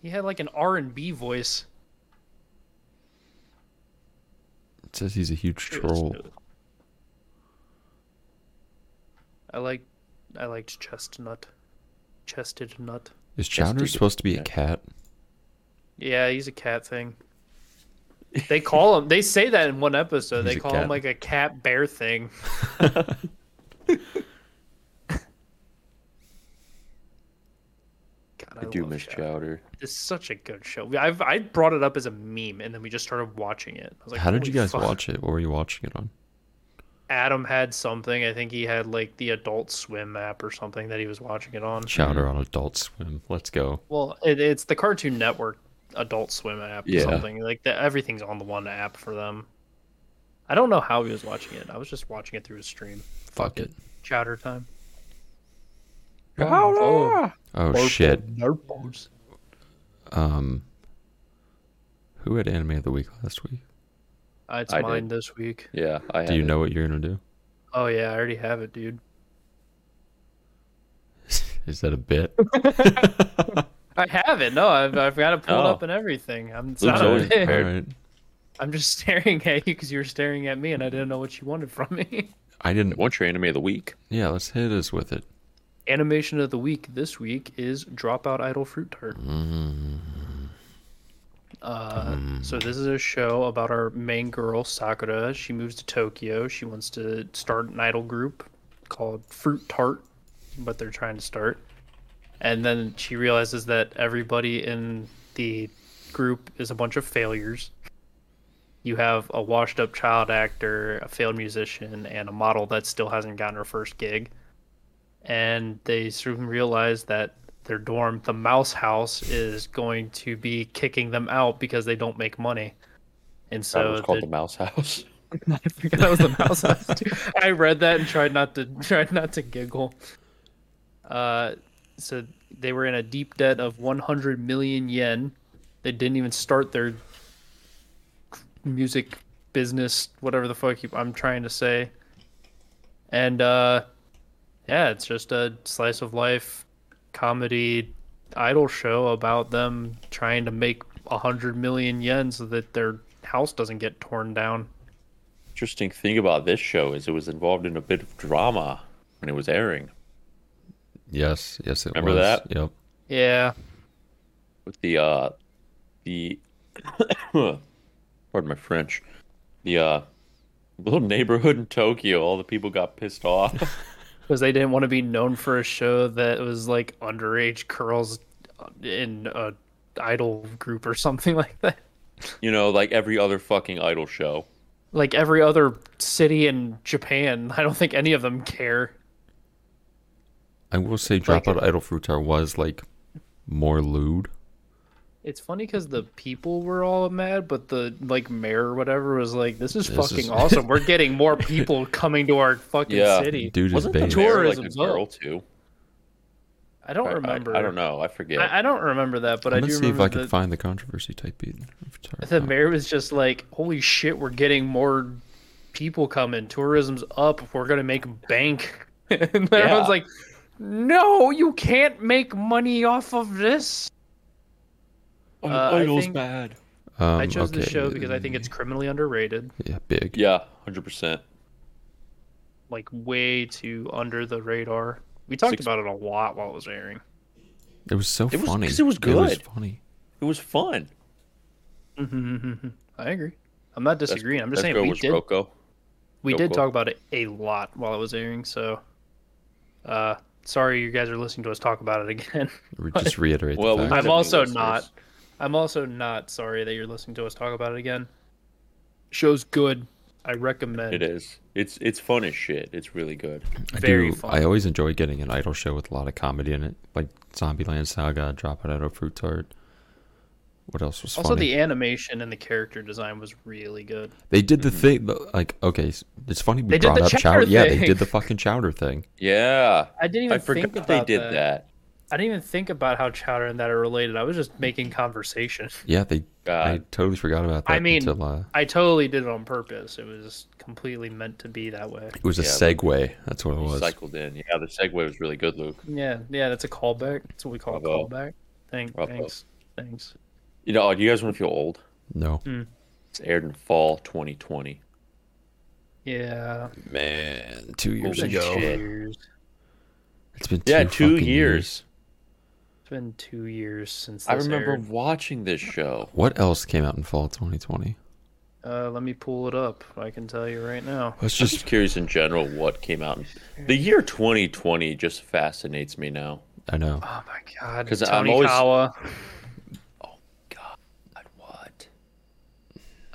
He had like an R and B voice. It says he's a huge troll. I like, I liked Chestnut, Chested Nut. Is Chowder dude. supposed to be Yeah. a cat? Yeah, he's a cat thing. They call him. They say that in one episode. He's they a call him cat. like a cat bear thing. God, I, do love miss Chowder. Chowder. It's such a good show. I've, I brought it up as a meme, and then we just started watching it. I was like, How did "Holy you guys fuck." watch it? What were you watching it on? Adam had something. I think he had like the Adult Swim app or something that he was watching it on. Chowder on Adult Swim. Let's go. Well, it, it's the Cartoon Network Adult Swim app Yeah. or something. Like the, everything's on the one app for them. I don't know how he was watching it. I was just watching it through his stream. Fuck it. Chowder time. Oh shit. Nurples. Um. Who had anime of the week last week? Uh, It's I mine did. this week. Yeah, I. Do you know what you're gonna do? Oh yeah, I already have it, dude. Is that a bit? I have it. No, I've, I've got it pulled Oh. up and everything. I'm it's Luke's not a always bit. prepared. I'm just staring at you because you were staring at me, and I didn't know what you wanted from me. I didn't. What's your anime of the week? Yeah, let's hit us with it. Animation of the week this week is Dropout Idol Fruit Tart. Uh, so this is a show about our main girl Sakura. She moves to Tokyo. She wants to start an idol group called Fruit Tart, but they're trying to start. And then she realizes that everybody in the group is a bunch of failures. You have a washed-up child actor, a failed musician, and a model that still hasn't gotten her first gig and they soon realize that their dorm, the Mouse House, is going to be kicking them out because they don't make money. And That so was called the Mouse House. I forgot that was the Mouse House. Too. I read that and tried not to tried not to giggle. Uh, so they were in a deep debt of 100 million yen. They didn't even start their music business, whatever the fuck you, I'm trying to say. And uh, yeah, it's just a slice of life comedy idol show about them trying to make 100 million yen so that their house doesn't get torn down. Interesting thing about this show is it was involved in a bit of drama when it was airing Yes, yes, it Remember was. that? Yep. Yeah. with the uh, the pardon my French, the uh, little neighborhood in Tokyo. All the people got pissed off. because they didn't want to be known for a show that was like underage girls in a idol group or something like that. you know, like every other fucking idol show. Like every other city in Japan, I don't think any of them care. I will say Dropout Idol Fruitar was like more lewd. It's funny because the people were all mad, but the like mayor or whatever was like, "This is This fucking is- awesome. We're getting more people coming to our fucking Yeah. city." Dude is Wasn't the based. mayor like a Tourism's girl up. too? I don't I, I- remember. I, don't know. I forget. I, I don't remember that, but I I'm do gonna see if remember I can that- find the controversy type beat. The mayor was just like, "Holy shit, we're getting more people coming. Tourism's up. We're gonna make bank." and everyone's like, "No, you can't make money off of this." uh, I Idol's think- bad. Um, I chose okay. this show because I think it's criminally underrated, yeah big. Yeah, hundred percent. like way too under the radar. We talked Six- about it a lot while it was airing. It was so It was- funny. 'cause it was It was good. funny. It It was fun. I agree. I'm not Best- disagreeing. I'm best just saying girl we was did Rocco. we Go did Col- talk about it a lot while it was airing. So, uh, sorry you guys are listening to us talk about it again. Re- Just reiterate. Well, the we fact. might have I'm new also listeners. not. I'm also not sorry that you're listening to us talk about it again. Show's good. I recommend. It is. It's it's fun as shit. It's really good. Very I do. fun. I always enjoy getting an idol show with a lot of comedy in it, like Zombieland Saga, Drop It Out of Fruit Tart. What else was also, funny? the animation and the character design was really good. they did the thing, the- like okay, s- it's funny we Mm-hmm. They did brought the up chowder chowder. Yeah, they thing. did the fucking chowder thing. Yeah. I didn't even I think forgot about they did that. I didn't even think about how Chowder and that are related. I was just making conversation. Yeah, they. I God. totally forgot about that. I mean, until, uh, I totally did it on purpose. It was completely meant to be that way. it was a yeah, segue. That's what it was. Cycled in. Yeah, the segue was really good, Luke. Yeah, yeah, that's a callback. That's what we call Bravo. a callback. Thank, Bravo. thanks, thanks. You know, do you guys want to feel old? no, mm. It's aired in fall 2020. Yeah. man, two years Holy ago. shit. Years. It's been two Yeah, two years. fucking It's been two years since this I remember aired. watching this show. What else came out in fall 2020? Uh, let me pull it up. I can tell you right now. Let's I'm just just. curious in general what came out. in- The year 2020 just fascinates me now. I know. Oh my god. 'Cause I'm Tony always- Kawa, God, what?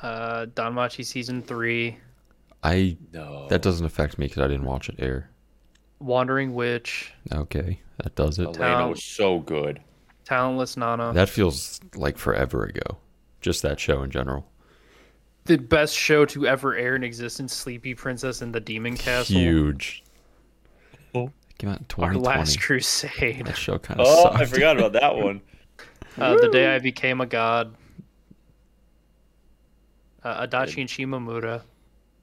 uh, Don Machi season three, I No. that doesn't affect me because I didn't watch it air. Wandering Witch, Okay, that does it. Elena Town. was so good. Talentless Nana. That feels like forever ago. Just that show in general. the best show to ever air in existence, Sleepy Princess and the Demon Castle. Huge. It came out in Our 2020. Last Crusade. That show kind of Oh, sucked. I forgot about that one. Uh, the Day I Became a God. Uh, Adachi and Shimamura.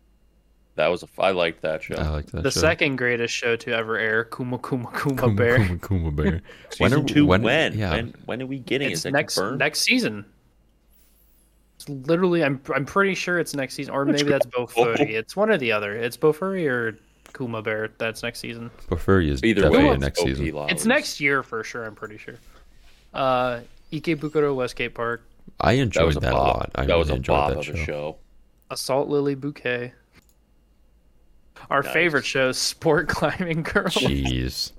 That was a. f- I liked that show. I liked that The show. second greatest show to ever air, Kuma Kuma Kuma, Kuma, Bear. Kuma, Kuma Bear. Season are- two. When? When? Yeah. when? when are we getting it? Is It's that next confirmed? next season. It's literally, I'm I'm pretty sure it's next season, or maybe that's Bofuri. It's one or the other. It's Bofuri or Kuma Bear. That's next season. Bofuri is Either definitely way, a it's next OP season. Lollies. It's next year for sure. I'm pretty sure. Uh, Ikebukuro Westgate Park, I That enjoyed was a that, a bop. lot. I that really was a enjoyed bop that of show. a show. Assault Lily Bouquet. Our favorite show, Sport Climbing Girl. Jeez.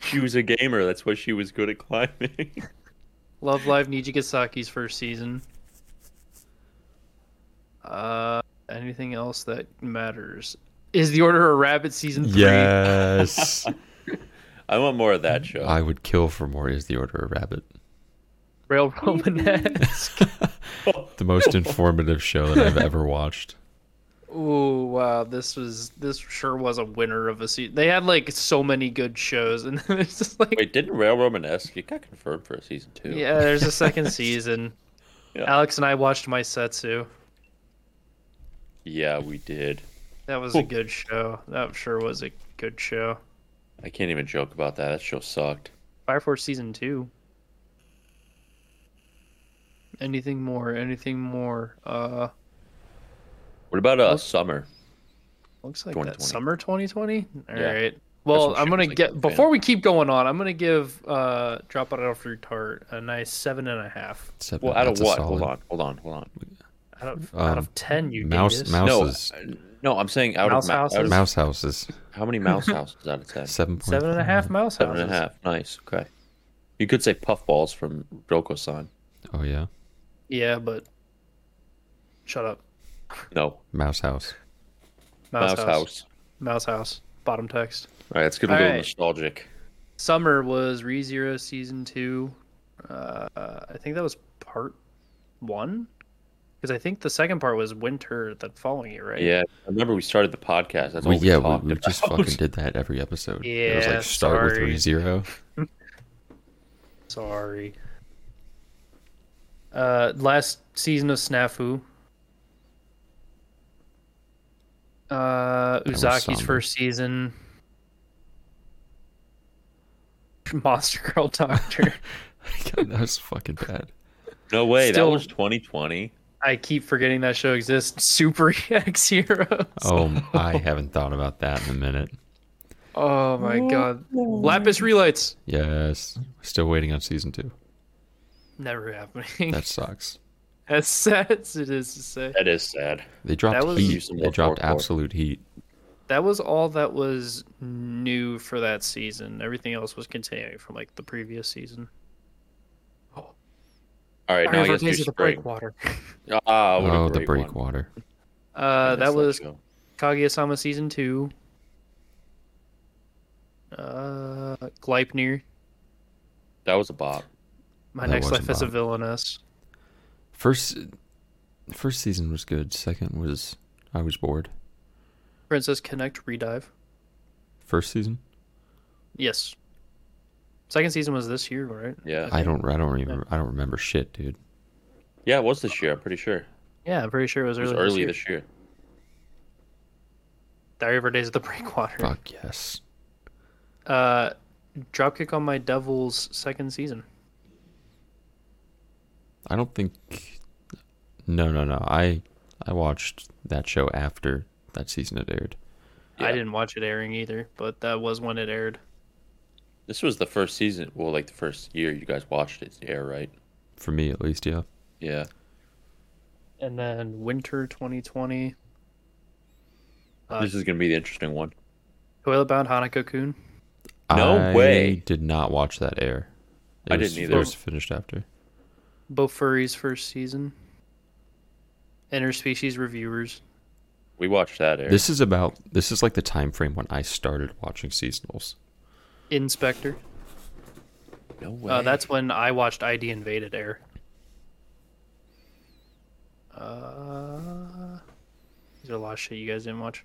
She was a gamer. That's why she was good at climbing. Love Live Nijigasaki's first season. Uh, anything else that matters? Is the Order of Rabbit season three? Yes. I want more of that show. I would kill for more is the Order of Rabbit. Rail Romanesque. The most informative show that I've ever watched. Ooh, wow! This was this sure was a winner of a season. They had like so many good shows, and then it's just like Wait, didn't Rail Romanesque? It got confirmed for a season two. yeah, there's a second season. Yeah. Alex and I watched My Setsu. Yeah, we did. That was Cool. a good show. That sure was a good show. I can't even joke about that. That show sucked. Fire Force season two. Anything more? Anything more? Uh, What about uh, Summer? looks like 2020. that summer 2020. All right. Yeah. Well, what I'm she gonna was like, get fan. before we keep going on. I'm gonna give uh, Dropout Out of Fruit Tart a nice seven and a half Except Well, out of that's a what? solid- Hold on, hold on, hold on. out of, out Um, of ten. You Mouse- dingus. Mouse- No, Houses. uh, no, I'm saying out Mouse of, ma- out of houses? Mouse houses. how many mouse houses out of ten? Seven point seven and a half mouse Seven and a houses. half. Nice. Okay. You could say puffballs from Roko-san. Oh yeah, Yeah, but shut up. No, mouse house. Mouse, mouse, house. house. Mouse house. Bottom text. All right, it's gonna All go right. nostalgic. Summer was ReZero season two. Uh, I think that was part one, because I think the second part was winter the following year, right? Yeah, I remember we started the podcast. That's We, all we yeah, talked we, we about. just fucking did that every episode. it was Yeah, like start with sorry. three zero. Sorry. Uh, last season of Snafu. Uh, was Uzaki's somber. first season. Monster Girl Doctor. God, that was fucking bad. No way. Still- That was 2020. I keep forgetting that show exists. Super X Heroes. Oh, I haven't thought about that in a minute. Oh my god. Lapis Relights. Yes, still waiting on season two. Never happening. That sucks. as sad as it is to say. That is sad. They dropped That was- heat. Some They dropped hardcore. absolute heat. That was all that was new for that season. Everything else was continuing from like the previous season. All right, now I River guess do Days of the spring. Breakwater. Ah, what a Oh, the great one. breakwater. Uh, I that missed was show. Kaguya-sama season two. Uh, Gleipnir. That was a bop. My That next wasn't life as a bad. villainess. First, first season was good. Second was I was bored. Princess Connect Redive. First season, Yes. Second season was this year, right? Yeah, I don't. I don't even. I don't remember shit, dude. yeah, it was this year. I'm pretty sure. Yeah, I'm pretty sure it was It early. was this early year. this year. Diary of Our Days of the Breakwater. Fuck yes. Uh, Dropkick on My Devil's second season. I don't think. No, no, no. I I watched that show after that season had aired. Yeah. I didn't watch it airing either, but that was when it aired. This was the first season. Well, like the first year you guys watched it air, right? For me, at least, yeah. Yeah. And then Winter 2020. Uh, this is gonna be the interesting one. Toilet Bound Hanako Kun. No I way. Did not watch that air. It I was- didn't either. It was finished after. Bofuri's first season. Interspecies Reviewers. We watched that air. This is about. This is like the time frame when I started watching seasonals. Inspector. no way. Uh, that's when I watched ID Invaded air. Uh, there's a lot of shit you guys didn't watch.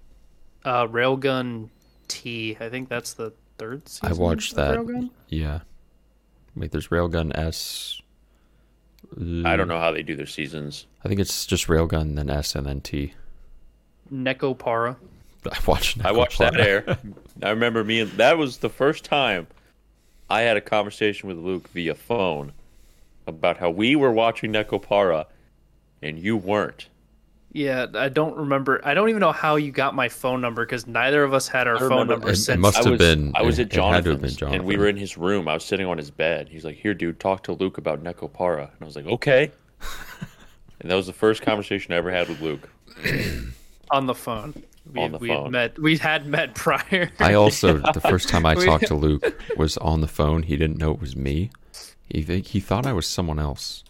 Uh, Railgun T. I think that's the third season. I watched of that. Railgun? Yeah. Wait, there's Railgun S. I don't know how they do their seasons. I think it's just Railgun, then S, and then T. Necopara. I watched. I watched that air. I remember me and that was the first time I had a conversation with Luke via phone about how we were watching Necopara and you weren't. Yeah, I don't remember. I don't even know how you got my phone number because neither of us had our phone remember- number It- it since. must- I have was, been- I was it- it had at to have Jonathan's, been and we Jonathan. were in his room. I was sitting on his bed. He's like, "Here, dude, talk to Luke about Necopara." And I was like, "Okay." and that was the first conversation I ever had with Luke. on the phone. We, On the we phone. Had met. We had met prior. I also the first time I We- talked to Luke was on the phone. He didn't know it was me. He think he thought I was someone else,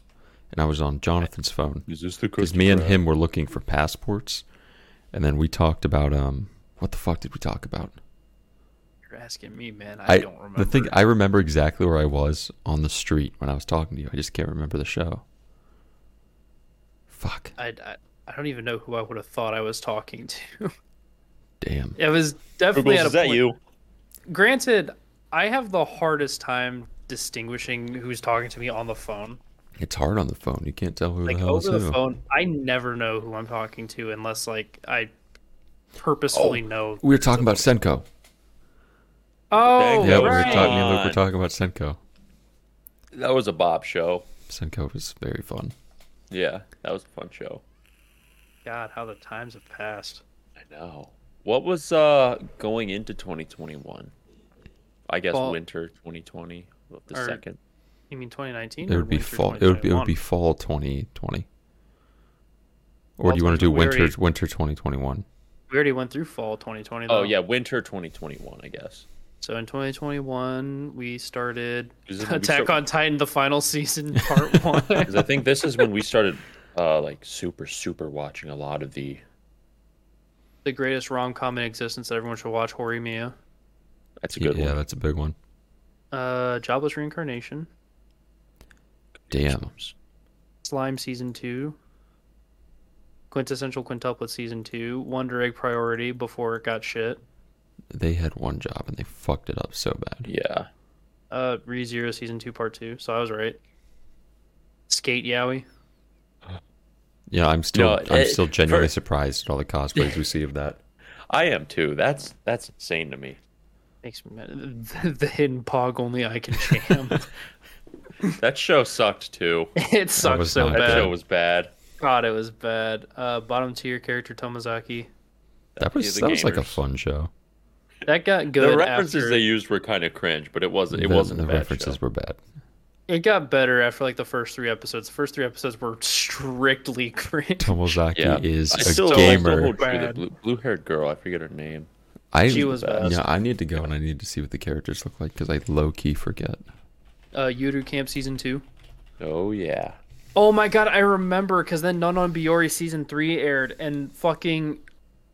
and I was on Jonathan's phone Is this the because me and him were looking for passports, and then we talked about um what the fuck did we talk about? You're asking me, man. I, I, don't remember. the thing I remember exactly where I was on the street when I was talking to you. I just can't remember the show. Fuck, I, I, I don't even know who I would have thought I was talking to. damn. It was definitely at a Is that point- you? Granted, I have the hardest time distinguishing who's talking to me on the phone. It's hard on the phone. You can't tell who Like the hell is over the who. phone, I never know who I'm talking to unless like I purposefully know. We were talking about Senko. Oh, Yeah, Yeah, we we right. were talking. me and Luke Luke were were talking about Senko. That was a Bob show. Senko was very fun. Yeah, that was a fun show. God, how the times have passed. I know. What was uh going into 2021? I guess Fall- winter 2020, the Or- second. You mean 2019? It or would be winter fall. It would be, it would be 2021? fall 2020. Or Fall do you want to do 2020, we winter already- winter 2021? We already went through fall 2020. Though. Oh yeah, winter 2021. I guess. So in 2021, we started Is it- we Attack start- on Titan: The Final Season Part One. Because I think this is when we started uh like super super watching a lot of the. the greatest rom com in existence that everyone should watch, Hori Mia. That's a Yeah, good one. that's a big one. Uh, Jobless Reincarnation, Damn. Slime Season 2, Quintessential Quintuplet Season 2, Wonder Egg Priority before it got shit, They had one job and they fucked it up so bad. Yeah. uh, ReZero Season 2 Part 2, so I was right. Skate Yowie. Yeah, I'm still No, I'm it- still genuinely for- surprised at all the cosplays we see of that. I am too. That's that's insane to me. Makes me mad. The hidden pog only I can jam. That show sucked too. it sucked was so not That bad. show was bad. God, it was bad. Uh, bottom tier character Tomozaki. That was the that was like a gamers. fun show. That got good. the references after- they used were kind of cringe, but it wasn't. It The- wasn't the a bad references show. were bad. It got better after like the first three episodes. The first three episodes were strictly cringe. Tomozaki Yeah, is I a still gamer. Like the, whole tree, the Bad. blue, blue-haired girl. I forget her name. I She was bad. yeah. I need to go and I need to see what the characters look like because I low key forget. Uh, Yudu Camp season two. Oh yeah. Oh my god, I remember because then Nun on Biori season three aired, and fucking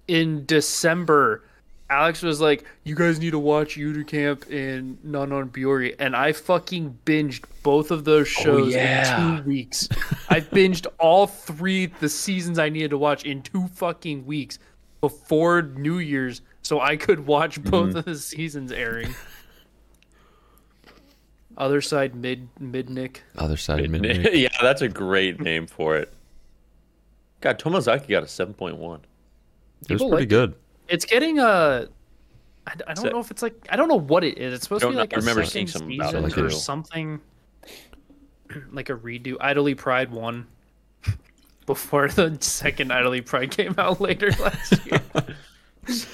in December, Alex was like, "You guys need to watch Yudu Camp and Nun on Biori," and I fucking binged both of those shows yeah. in two weeks. I binged all three the seasons I needed to watch in two fucking weeks before New Year's, so I could watch both of the seasons airing. Other side mid mid Nick. Other side of midnight. yeah, that's a great name for it. God, Tomozaki got a seven point one. It was People pretty liked it. good. It's getting uh, I I, don't that- know if it's like I don't know what it is. It's supposed to Don't be know. like I a remember seeing second something about season it, or too. something, like a redo. Idly Pride one before the second Idly Pride came out later last year.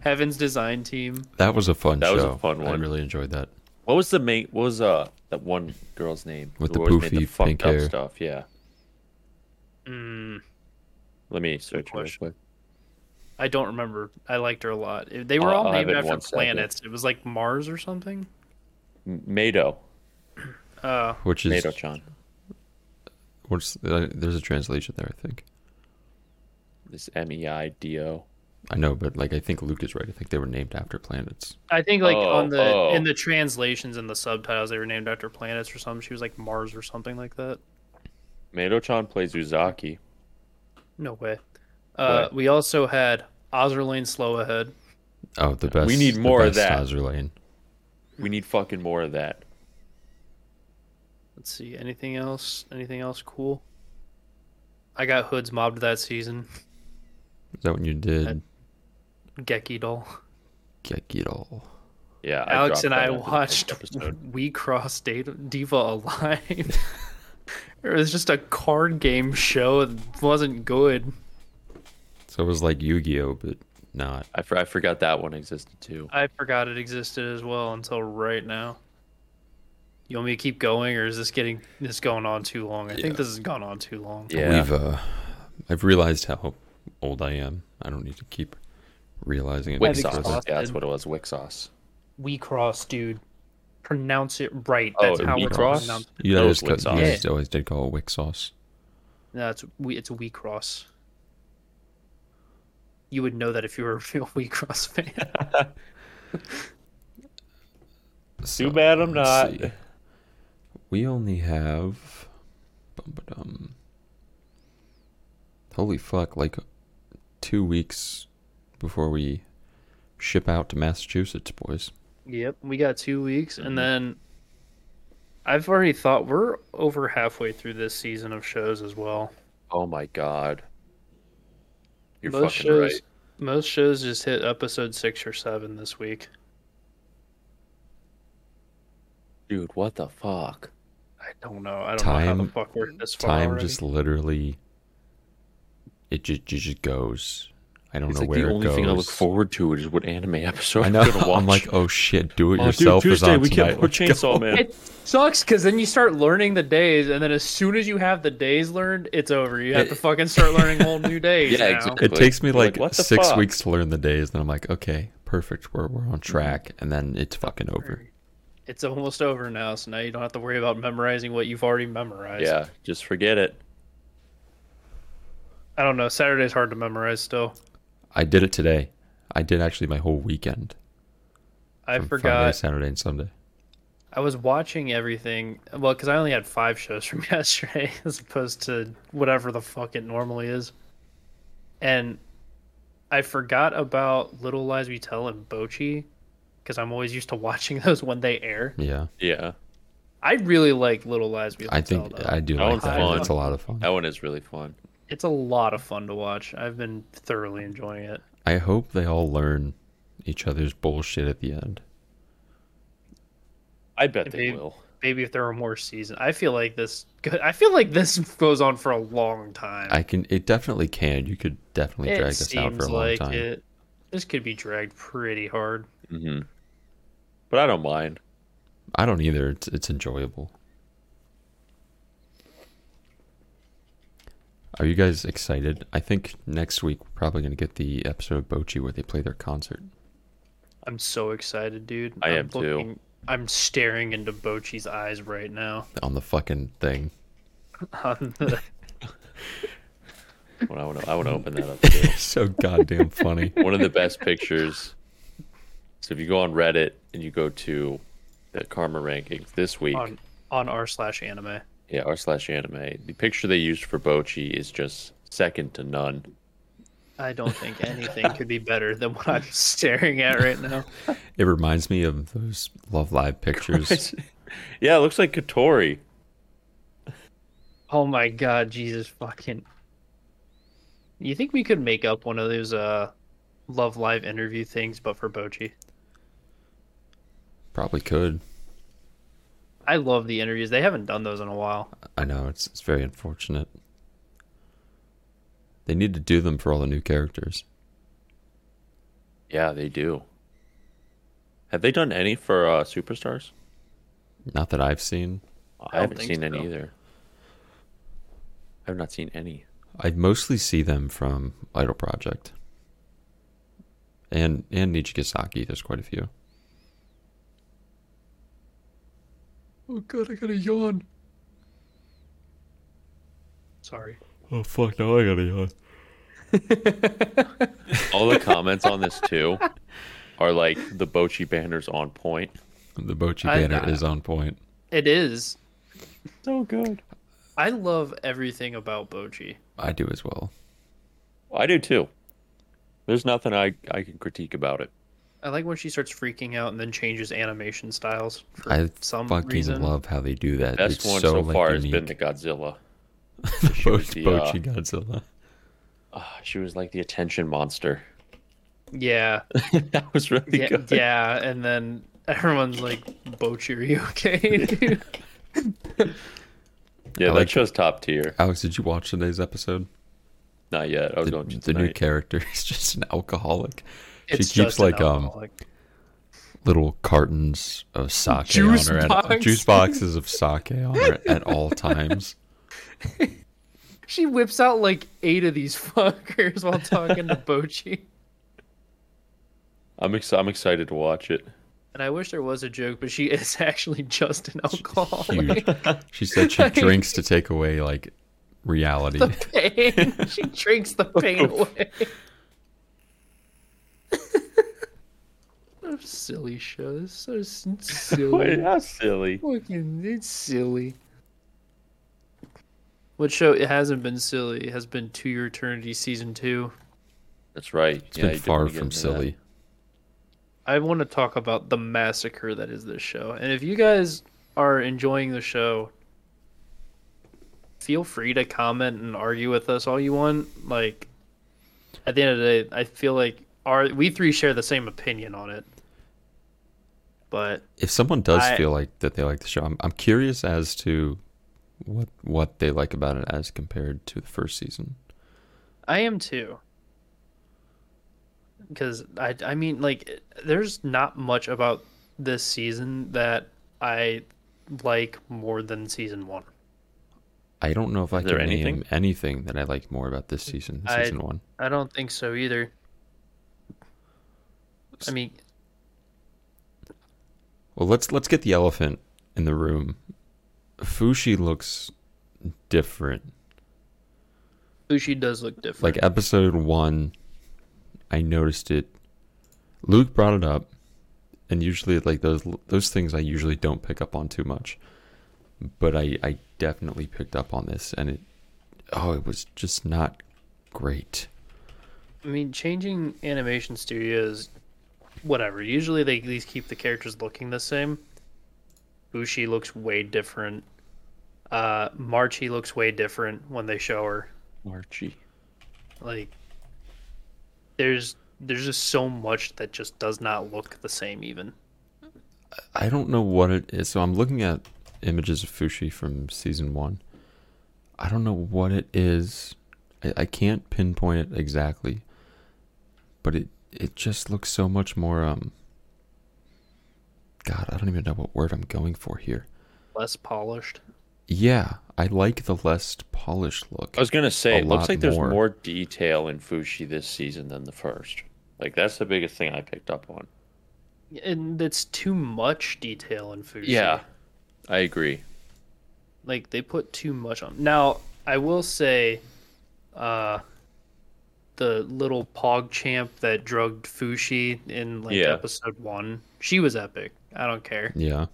Heaven's Design Team. That was a fun That show. was a fun I one. really enjoyed that. What was the main? What was uh that one girl's name With who the always made poofy fucked pink up hair. stuff? Yeah. Mm, Let me search her real question. quick. I don't remember. I liked her a lot. They were I'll- all I'll have named it in after one oh, second. planets. It was like Mars or something. M- Mado, Uh, Which is Mado-chan. what's- uh, there's a translation there, I think. This M E I D O. I know, but like I think Luke is right. I think they were named after planets. I think like Oh, on the oh. in the translations and the subtitles they were named after planets or something. She was like Mars or something like that. Mado-chan plays Uzaki. No way. Uh, we also had Ozerlane Slow Ahead. Oh, the best. need the more of best that. Azur Lane. We need fucking more of that. Let's see. Anything else? Anything else cool? I got hoods mobbed that season. Is that when you did Geki doll. Gekido? Yeah. I Alex dropped and that I after the first watched episode. We Cross Data, Diva Alive. it was just a card game show. It wasn't good. So it was like Yu-Gi-Oh, but not. I, for- I forgot that one existed too. I forgot it existed as well until right now. You want me to keep going, or is this getting this going on too long? I think this has gone on too long. Yeah. We've. Uh, I've realized how old I am. I don't need to keep realizing it. Wick I've sauce. exhausted. Yeah, that's what it was. Wick sauce. We cross, dude. Pronounce it right. Oh, That's how we it's cross? pronounced. You That guys, was Wick ca- you sauce. guys always did call it wick sauce. No, it's we. It's we cross. You would know that if you were a real we cross fan. So, Too bad I'm let's not. see. We only have. Bum, ba, dum. Holy fuck! Like two weeks before we ship out to Massachusetts, boys. yep, we got two weeks, and then I've already thought we're over halfway through this season of shows as well. Oh my god. You're most fucking shows, right. most shows just hit episode six or seven this week. Dude, what the fuck? I don't know. I don't know how Time- the fuck we're this far. Time already. just literally. It just just goes. I don't It's know like where the it only goes. thing I look forward to is what anime episode I I know. am gonna watch. I'm like, oh shit, do it Oh, yourself dude, is on Tuesday we tonight. can't watch Let's go. Chainsaw Man. It sucks because then you start learning the days, and then as soon as you have the days learned, it's over. You have to fucking start learning whole new days. Yeah, now. exactly. It takes me You're like, like, what the six fuck? weeks to learn the days, then I'm like, okay, perfect, we're we're on track, Mm-hmm. and then it's fucking over. It's almost over now, so now you don't have to worry about memorizing what you've already memorized. Yeah, just forget it. I don't know. Saturday's hard to memorize still. I did it today. I did actually my whole weekend. I from Friday, forgot. Saturday, and Sunday. I was watching everything. Well, because I only had five shows from yesterday, as opposed to whatever the fuck it normally is. And I forgot about Little Lies We Tell and Bochi, because I'm always used to watching those when they air. Yeah, Yeah, I really like Little Lies We I Tell. think though. I do That like one's that. fun. It's a lot of fun. that one is really fun. it's a lot of fun to watch. I've been thoroughly enjoying it. I hope they all learn each other's bullshit at the end. I bet they Maybe- will. Maybe if there were more season, I feel like this. I feel like this goes on for a long time. I can. It definitely can. You could definitely it drag this seems out for a long like time. it. This could be dragged pretty hard. hmm But I don't mind. I don't either. It's it's enjoyable. Are you guys excited? I think next week we're probably going to get the episode of Bochi where they play their concert. I'm so excited, dude. I I'm am too. I'm staring into Bochi's eyes right now. on the fucking thing. On the- When I want to, I want to open that up. Too. so goddamn funny. One of the best pictures. So if you go on Reddit and you go to the Karma rankings this week, on on r slash anime. yeah, r slash anime, the picture they used for Bochi is just second to none. I don't think anything could be better than what I'm staring at right now. It reminds me of those Love Live pictures. yeah, it looks like Katori. Oh my god, Jesus fucking. You think we could make up one of those uh Love Live interview things but for Bochi? Probably could. I love the interviews. They haven't done those in a while. I know it's it's very unfortunate. They need to do them for all the new characters. Yeah, they do. Have they done any for uh, superstars? Not that I've seen. I, haven't think seen any so. either. I've not seen any. I mostly see them from Idol Project. And and Nichigasaki, there's quite a few. Oh god, I gotta yawn. Sorry. Oh fuck, now I gotta yawn. All the comments on this too are like the Bochi banners on point. The Bochi I- banner is on point. It is. So good. I love everything about Bochi. I do as well. I do too. There's nothing I I can critique about it. I like when she starts freaking out and then changes animation styles. For I some fucking reason. love how they do that. Best it's one so, so, like, far unique. has been the Godzilla. the she was Bo- the, uh, Bochi Godzilla. Ah, she was like the attention monster. Yeah. that was really Yeah, good. yeah, and then everyone's like, Bochi, are you okay? dude?" yeah I that like show's top tier. Alex, did you watch today's episode? Not yet. I was going to the new tonight. character is just an alcoholic. It's she just keeps an like um alcoholic. little cartons of sake Juice on her box. at juice boxes of sake on her at all times. She whips out like eight of these fuckers while talking to Bochi. I'm ex- I'm excited to watch it. And I wish there was a joke, but she is actually just an alcoholic. Huge. She said she drinks to take away like reality. Pain. She drinks the pain away. Oh, silly show. It's so s- Wait, silly. how silly. Fucking, it's silly. What show? It hasn't been silly. It has been To Your Eternity season two. That's right. It's been far from silly. I want to talk about the massacre that is this show. And if you guys are enjoying the show, feel free to comment and argue with us all you want. Like at the end of the day, I feel like our we three share the same opinion on it. But If someone does I- feel like that they like the show, I'm, I'm curious as to what what they like about it as compared to the first season. I am too. Because I, I mean, like, there's not much about this season that I like more than season one. I don't know if I Is can there anything? name anything that I like more about this season than I- season one. I don't think so either. I mean, Well, let's let's get the elephant in the room. Fushi looks different. Bushi does look different. Like episode one, I noticed it. Luke brought it up, and usually like those those things I usually don't pick up on too much, but I I definitely picked up on this, and it oh it was just not great. I mean, changing animation studios, whatever. Usually they at least keep the characters looking the same. Bushi looks way different. Uh, Marchi looks way different when they show her. Marchie. like there's there's just so much that just does not look the same even I don't know what it is. So I'm looking at images of Fushi from season one. I don't know what it is. I, I can't pinpoint it exactly, but it it just looks so much more. Um. God, I don't even know what word I'm going for here. less polished Yeah, I like the less polished look. I was gonna say, A it looks lot like there's more. more detail in Fushi this season than the first. Like that's the biggest thing I picked up on. and it's too much detail in Fuji. Yeah, I agree. like they put too much on. Now I will say, uh, the little pog champ that drugged Fushi in like Yeah. episode one, she was epic. I don't care. yeah.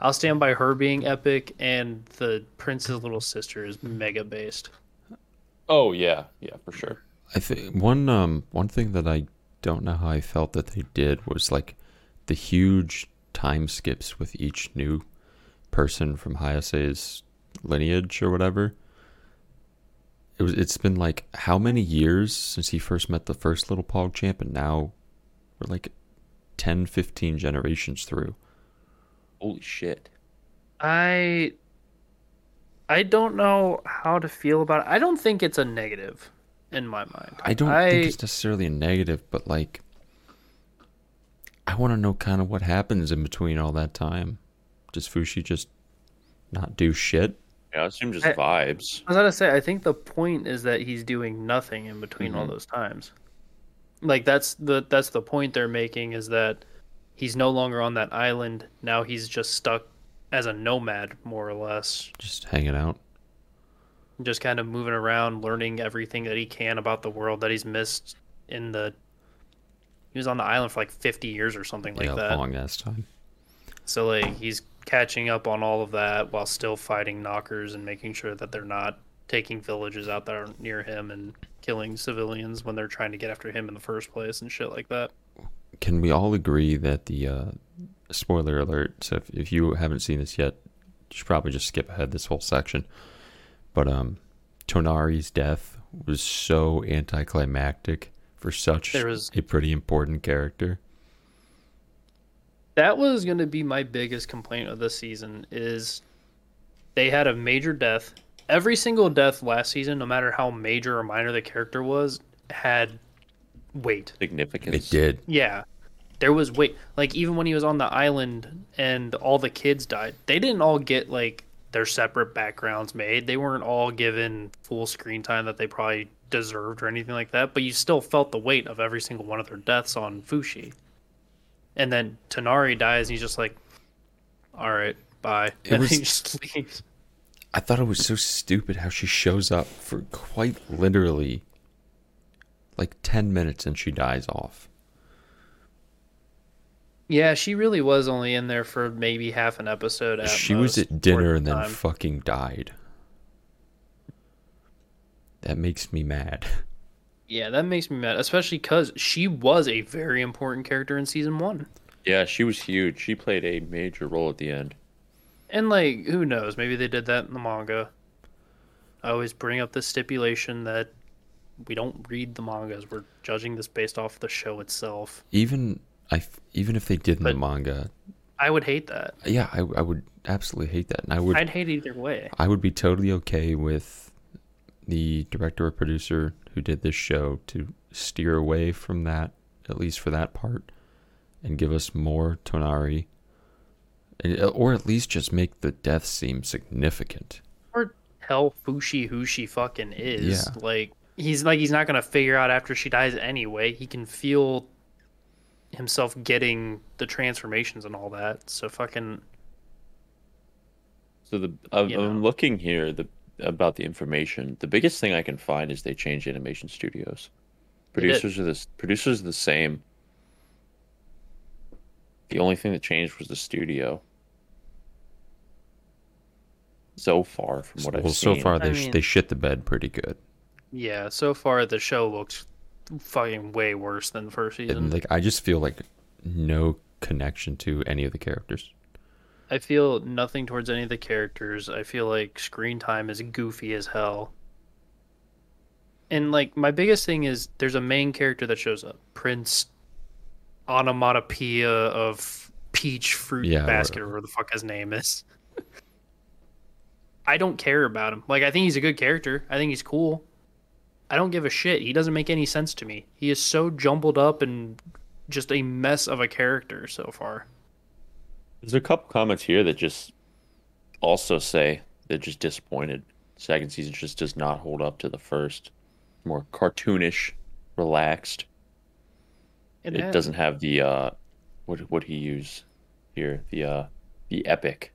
I'll stand by her being epic, and the prince's little sister is mega based. Oh yeah, yeah for sure. I think one um one thing that I don't know how I felt that they did was like the huge time skips with each new person from Hayase's lineage or whatever. It was it's been like how many years since he first met the first little pog champ and now we're like 10 15 generations through. Holy shit. I I don't know how to feel about it. I don't think it's a negative in my mind. I don't I, think it's necessarily a negative, but like I want to know kind of what happens in between all that time. Does Fushi just not do shit? Yeah, I assume just I- vibes. I was gonna say I think the point is that he's doing nothing in between all those times. Like that's the that's the point they're making is that he's no longer on that island. Now he's just stuck as a nomad more or less, Just hanging out? just kind of moving around, learning everything that he can about the world that he's missed in the he was on the island for like 50 years or something like yeah, that. long ass time. So like he's catching up on all of that while still fighting knockers and making sure that they're not taking villages out there near him and killing civilians when they're trying to get after him in the first place and shit like that. Can we all agree that the uh, spoiler alert? So if, if you haven't seen this yet, you should probably just skip ahead this whole section. But um, Tonari's death was so anticlimactic for such There was- a pretty important character. That was going to be my biggest complaint of this season is they had a major death. Every single death last season, no matter how major or minor the character was, had weight. Significance. It did. Yeah. There was wait like even when he was on the island and all the kids died, they didn't all get like their separate backgrounds made. They weren't all given full screen time that they probably deserved or anything like that, but you still felt the weight of every single one of their deaths on Fushi. And then Tanari dies and he's just like all right, bye. It and was- he just leaves. I thought it was so stupid how she shows up for quite literally like 10 minutes and she dies off. Yeah, she really was only in there for maybe half an episode at she was most, at dinner fourth and then time. fucking died. That makes me mad. Yeah, that makes me mad, especially because she was a very important character in season one. Yeah, she was huge. She played a major role at the end. And, like, who knows? Maybe they did that in the manga. I always bring up the stipulation that we don't read the mangas. We're judging this based off the show itself. Even I f- even if they did in the But- manga, I would hate that. yeah, I, I would absolutely hate that. And I would I'd hate either way. I would be totally okay with the director or producer who did this show to steer away from that, at least for that part, and give us more Tonari, and, uh, or at least just make the death seem significant. Or tell Fushi who she fucking is. Yeah. Like, he's like, he's not going to figure out after she dies anyway. He can feel himself getting the transformations and all that. So, fucking So the I'm, You know. I'm looking here the about the information. The biggest thing I can find is they changed animation studios. did. Producers are this producers are the same. The only thing that changed was the studio. So far, from what I've well, so seen, far I they sh mean- they shit the bed pretty good, Yeah, so far the show looks fucking way worse than the first season. and like I just feel like no connection to any of the characters. I feel nothing towards any of the characters. I feel like screen time is goofy as hell. And like my biggest thing is there's a main character that shows up, Prince Onomatopoeia of Peach Fruit Yeah, or- Basket or whatever the fuck his name is. I don't care about him. Like I think he's a good character. I think he's cool. I don't give a shit. He doesn't make any sense to me. He is so jumbled up and just a mess of a character so far. There's a couple comments here that just also say They're just disappointed. Second season just does not hold up to the first. More cartoonish, relaxed. It, had- doesn't have the uh, what what he use here the uh the epic.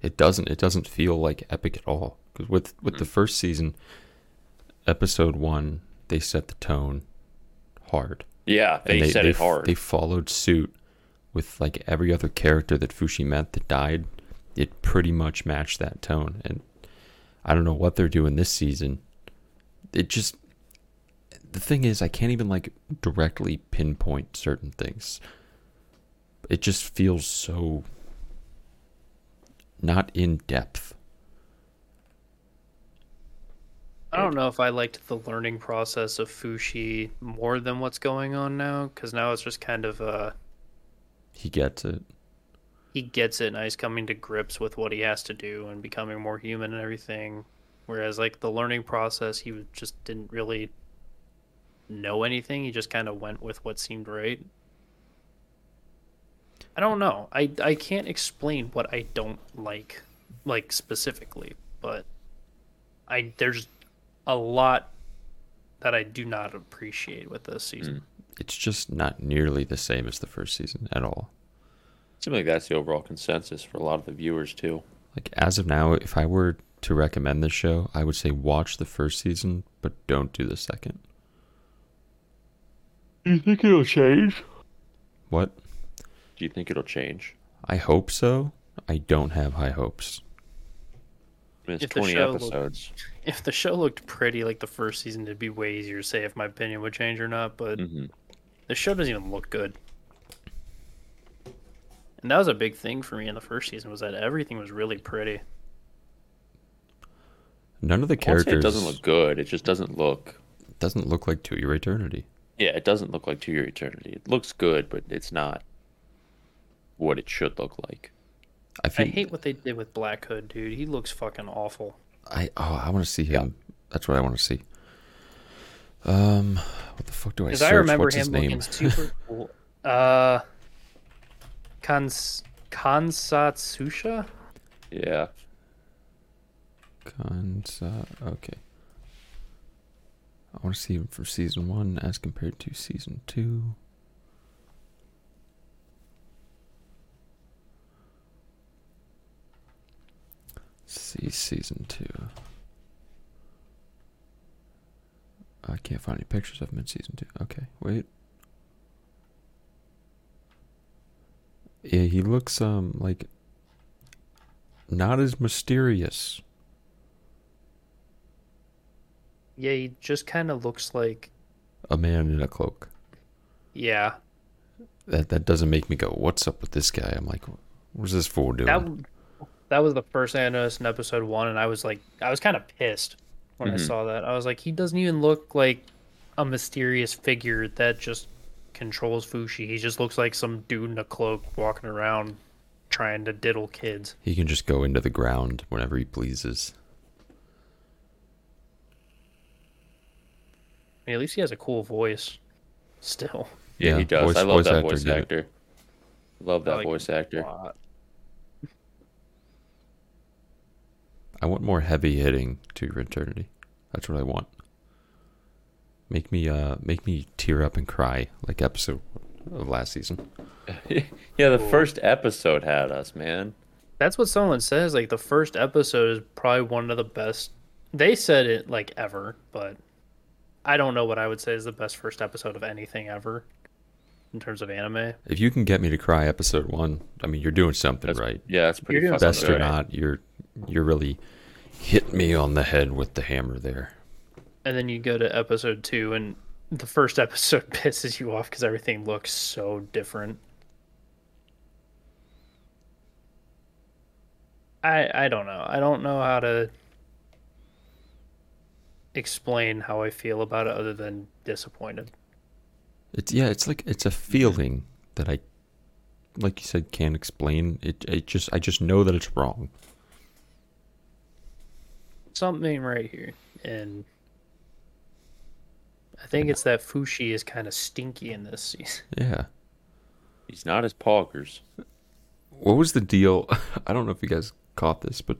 It doesn't. It doesn't feel like epic at all. Because with with the first season, episode one, they set the tone hard. Yeah, they, And set it f- hard. They followed suit with like every other character that Fushi met that died. It pretty much matched that tone, and I don't know what they're doing this season. It just the thing is, I can't even like directly pinpoint certain things. It just feels so not in depth. I don't know if I liked the learning process of Fushi more than what's going on now, because now it's just kind of uh, He gets it. he gets it, and he's coming to grips with what he has to do and becoming more human and everything. Whereas like the learning process, he was- just didn't really know anything. He just kind of went with what seemed right. I don't know. I I can't explain what I don't like, like specifically, but I there's a lot that I do not appreciate with this season. It's just not nearly the same as the first season at all. Something like that's the overall consensus for a lot of the viewers too. Like as of now, if I were to recommend this show, I would say watch the first season, but don't do the second. You think it'll change? What? Do you think it'll change? I hope so. I don't have high hopes. I mean, it's If the twenty show looked- episodes. If the show looked pretty like the first season, it'd be way easier to say if my opinion would change or not, but Mm-hmm. Mhm. the show doesn't even look good. And that was a big thing for me in the first season was that everything was really pretty. None of the I won't say characters It doesn't look good. It just doesn't look. doesn't look like to your eternity. Yeah, it doesn't look like To Your Eternity. It looks good, but it's not what it should look like. I I feel, hate what they did with Black Hood, dude. He looks fucking awful. I oh, I want to see him. That's what I want to see. Um, what the fuck do I Because search? I remember What's his him looking name? super cool. Uh Kans Kansatsusha? Yeah, Kansa. Okay. I want to see him from season one as compared to season two. Let's see season two. I can't find any pictures of him in season two. Okay, wait. Yeah, he looks um like not as mysterious. Yeah, he just kinda looks like a man in a cloak. yeah. That that doesn't make me go, "What's up with this guy?" I'm like, "What's this fool doing?" that that was the first thing I noticed in episode one, and I was like, I was kind of pissed when I saw that. I was like, he doesn't even look like a mysterious figure that just controls Fushi. He just looks like some dude in a cloak walking around trying to diddle kids. he can just go into the ground whenever he pleases. I mean, at least he has a cool voice. Still, yeah, Yeah, he does. voice- I love voice that actor voice did it. actor. Love that like voice actor. Uh, I want more heavy hitting to your eternity. That's what I want. Make me uh make me tear up and cry like episode of last season. yeah, the first episode had us, man. That's what someone says. Like the first episode is probably one of the best. They said it like ever, but I don't know what I would say is the best first episode of anything ever in terms of anime. If you can get me to cry episode 1, I mean, you're doing something right. Yeah, that's pretty. doing fucking Best or good. not, you're you're really hit me on the head with the hammer there. And then you go to episode two, and the first episode pisses you off because everything looks so different. I I don't know. I don't know how to explain how I feel about it other than disappointed. It's yeah, it's like it's a feeling that I like you said can't explain. It it just I just know that it's wrong. something right here. And I think it's that Fushi is kind of stinky in this season. Yeah. He's not as poggers. What was the deal? I don't know if you guys caught this, but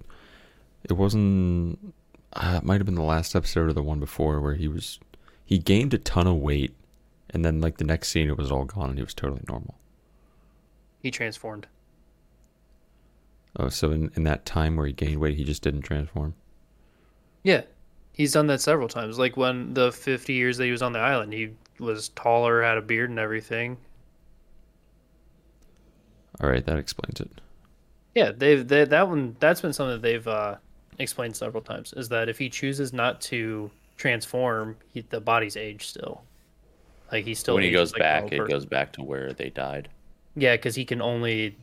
It wasn't. Uh, it might have been the last episode or the one before where he was. He gained a ton of weight, and then like the next scene, it was all gone, and he was totally normal. He transformed. Oh, so in, in that time where he gained weight, he just didn't transform. Yeah. He's done that several times. Like when the 50 years that he was on the island, he was taller, had a beard and everything. All right, that explains it. Yeah, they've they, that one that's been something that they've uh, explained several times is that if he chooses not to transform, he, the body's aged still. Like he still when he ages goes like a back, normal it person. goes back to where they died. Yeah, because he can only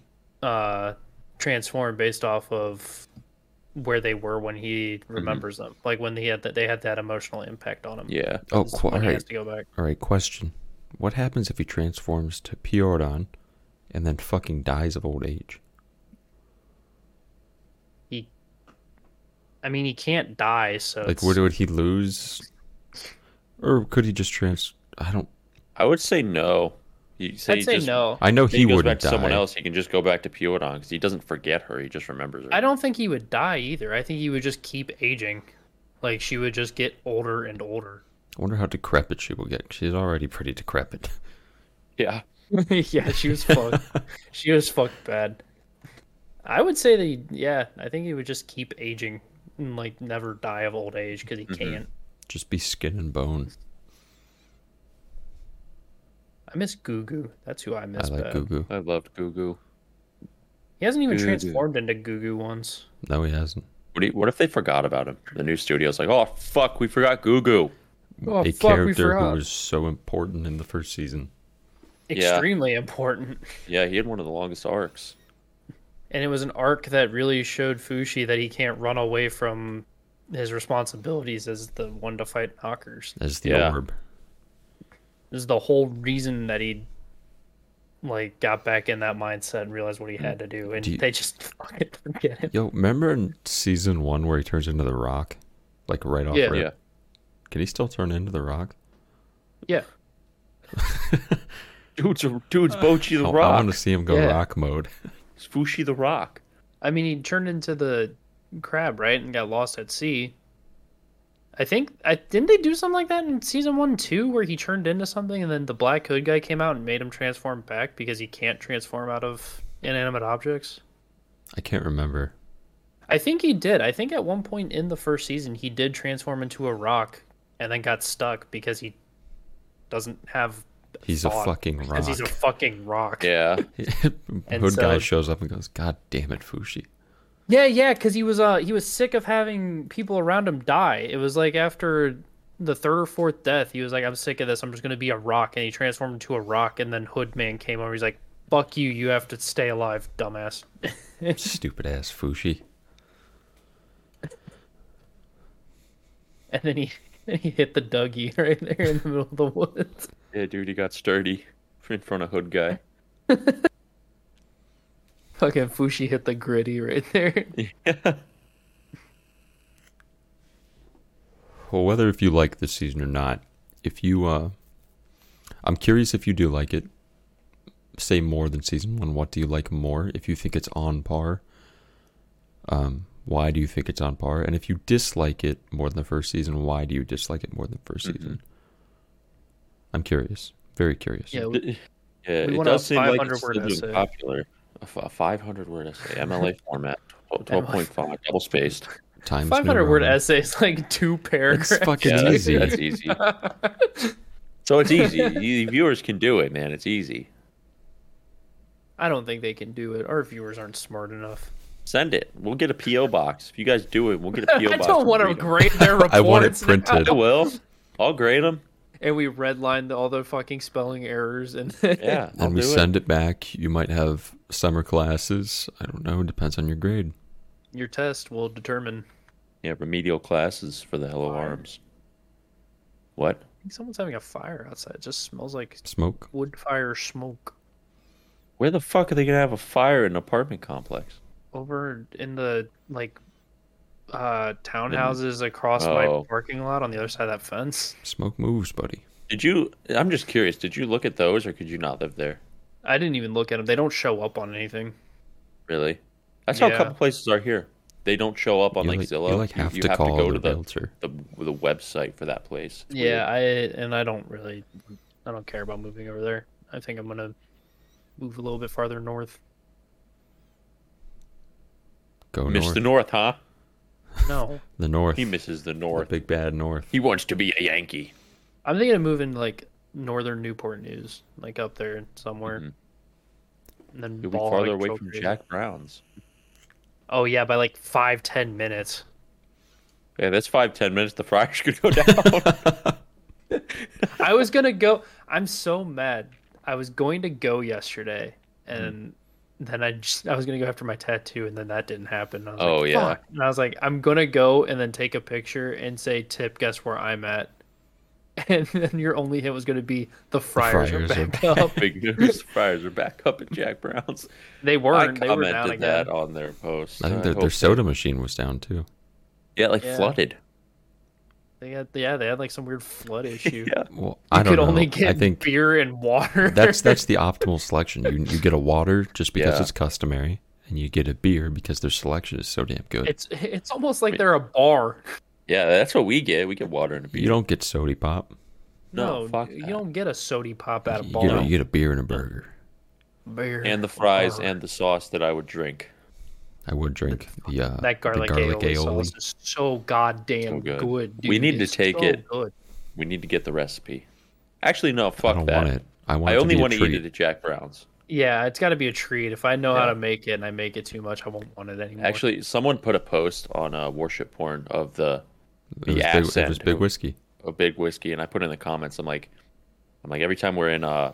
uh, transform based off of where they were when he Mm-hmm. remembers them. Like when he had that, they had that emotional impact on him. Yeah. Oh, Is qu- all when he has right, to go back. all right. Question: What happens if he transforms to Piorodon, and then fucking dies of old age? He, I mean, he can't die. So Like, it's- would would he lose, or could he just trans? I don't. I would say no. You say I'd he say just- no. I know If he, goes wouldn't back to die. someone else, he can just go back to Pyodon because he doesn't forget her. He just remembers her. I don't think he would die either. I think he would just keep aging. Like she would just get older and older. I wonder how decrepit she will get. She's already pretty decrepit. Yeah. yeah, she was fucked. she was fucked bad. I would say that he, yeah, I think he would just keep aging and like never die of old age because he Mm-hmm. can't. Just be skin and bone. I miss Goo Goo. That's who I miss I like bad. Goo Goo. I loved Gugu. He hasn't even Goo Goo. transformed into Goo Goo once. No, he hasn't. What, do you, what if they forgot about him? The new studio's like, oh fuck, we forgot Gugu. a Oh, fuck, we character who forgot. was so important in the first season. Yeah. Extremely important. Yeah, he had one of the longest arcs. And it was an arc that really showed Fushi that he can't run away from his responsibilities as the one to fight knockers. as the Yeah. orb. This is the whole reason that he like got back in that mindset and realized what he had to do, Mm, and Do you- they just fucking forget him. Yo, remember in season one where he turns into the rock? Like right off Yeah. rip? Yeah. Can he still turn into the rock? Yeah, Dude's a, dude's Bochi the Oh, I- I Rock. want to see him go Yeah. rock mode. It's Fushi the Rock. I mean, he turned into the crab, right, and got lost at sea. I think I didn't they do something like that in season one too, where he turned into something, and then the black hood guy came out and made him transform back because he can't transform out of inanimate objects. I can't remember. I think he did. I think at one point in the first season, he did transform into a rock and then got stuck because he doesn't have. He's a thought, fucking rock. Because he's a fucking rock. Yeah. And Hood guy so- shows up and goes, "God damn it, Fushi." yeah, yeah. Because he was uh he was sick of having people around him die. It was like after the third or fourth death, he was like, "I'm sick of this. I'm just gonna be a rock." And he transformed into a rock. And then Hood Man came over. He's like, "Fuck you. You have to stay alive, dumbass." Stupid ass Fushi. and then he and he hit the Dougie right there in the middle of the woods. Yeah, dude, he got sturdy in front of Hood Guy. Fucking Fushi hit the gritty right there. Well, whether if you like this season or not, if you, uh, I'm curious if you do like it. Say more than season one. What do you like more? If you think it's on par, um, why do you think it's on par? And if you dislike it more than the first season, why do you dislike it more than the 1st season? I'm curious, very curious. Yeah, Yeah, it want a does seem like 500 it's word still doing essay. popular. A f- a 500 word essay, MLA format, 12.5, double spaced. Times New 500 word Roman. essay is like two paragraphs. It's fucking Yeah, that's, easy. that's easy. so it's easy. You, viewers can do it, man. It's easy. I don't think they can do it. Our viewers aren't smart enough. Send it. We'll get a PO box. If you guys do it, we'll get a PO I box. don't want to and read 'em. grade their reports. I want it now. printed. I will. I'll grade them. And we redline the, all the fucking spelling errors and yeah. Yeah. I'll And we do send it back. You might have summer classes. I don't know. Depends on your grade. your test will determine. Yeah, remedial classes for the Hello Arms. What? I think someone's having a fire outside. It just smells like Smoke. wood fire smoke Where the fuck are they gonna have a fire in an apartment complex? over in the like uh townhouses across my Oh. parking lot on the other side of that fence. Smoke moves, buddy. Did you? I'm just curious. Did you look at those, or could you not live there? I didn't even look at them. They don't show up on anything. Really? That's how Yeah. a couple places are here. they don't show up on You like, like- you, Zillow. like, have you to have call to go the to the, realtor. the the website for that place. It's yeah, I and I don't really, I don't care about moving over there. I think I'm gonna move a little bit farther north. Go weird. miss north. the north, huh? No, The north. He misses the the north. big bad north. He wants to be a Yankee. I'm thinking of moving like northern Newport News, like up there somewhere. Mhm. And then Mm-hmm. You'll be ball, farther like, away from Trolley. Jack Brown's. Oh yeah, by like five ten minutes. Yeah, that's five ten minutes. The fryers could go down. I was gonna go. I'm so mad. I was going to go yesterday, Mm-hmm. and then I just I was gonna go after my tattoo, and then that didn't happen. I was Oh, like, yeah. "Fuck." And I was like, I'm gonna go and then take a picture and say, "Tip, guess where I'm at." And then your only hit was gonna be the Friars, Friars are are back up. Big news. The fryers are back up at Jack Brown's. They I weren't. They were down commented again. that on their post. I think their, hope their they- soda machine was down too. Yeah, like Yeah. flooded. They had, yeah, they had like some weird flood issue. Yeah. Well, You I don't could know. only get I think beer and water. that's that's the optimal selection. You you get a water just because Yeah. it's customary, and you get a beer because their selection is so damn good. it's it's almost like they're a bar. Yeah, that's what we get. We get water and a beer. you don't get sody pop. No, No, fuck you that. don't get a sody pop out of You bar. get, a, you get a beer and a burger. beer and the fries Bar. and the sauce that I would drink. I would drink the uh, that garlic, the garlic aioli, aioli. sauce is so goddamn So good. good. We dude. need to It's take so it. good. We need to get the recipe. Actually, no, I fuck don't that. want it. I want I it only to be want a to eat treat. it at Jack Brown's. Yeah, it's got to be a treat. If I know how Yeah. to make it and I make it too much, I won't want it anymore. Actually, someone put a post on uh, worship porn of the It was, the big, it was accent big of- whiskey. of big whiskey, and I put in the comments. I'm like, I'm like every time we're in uh,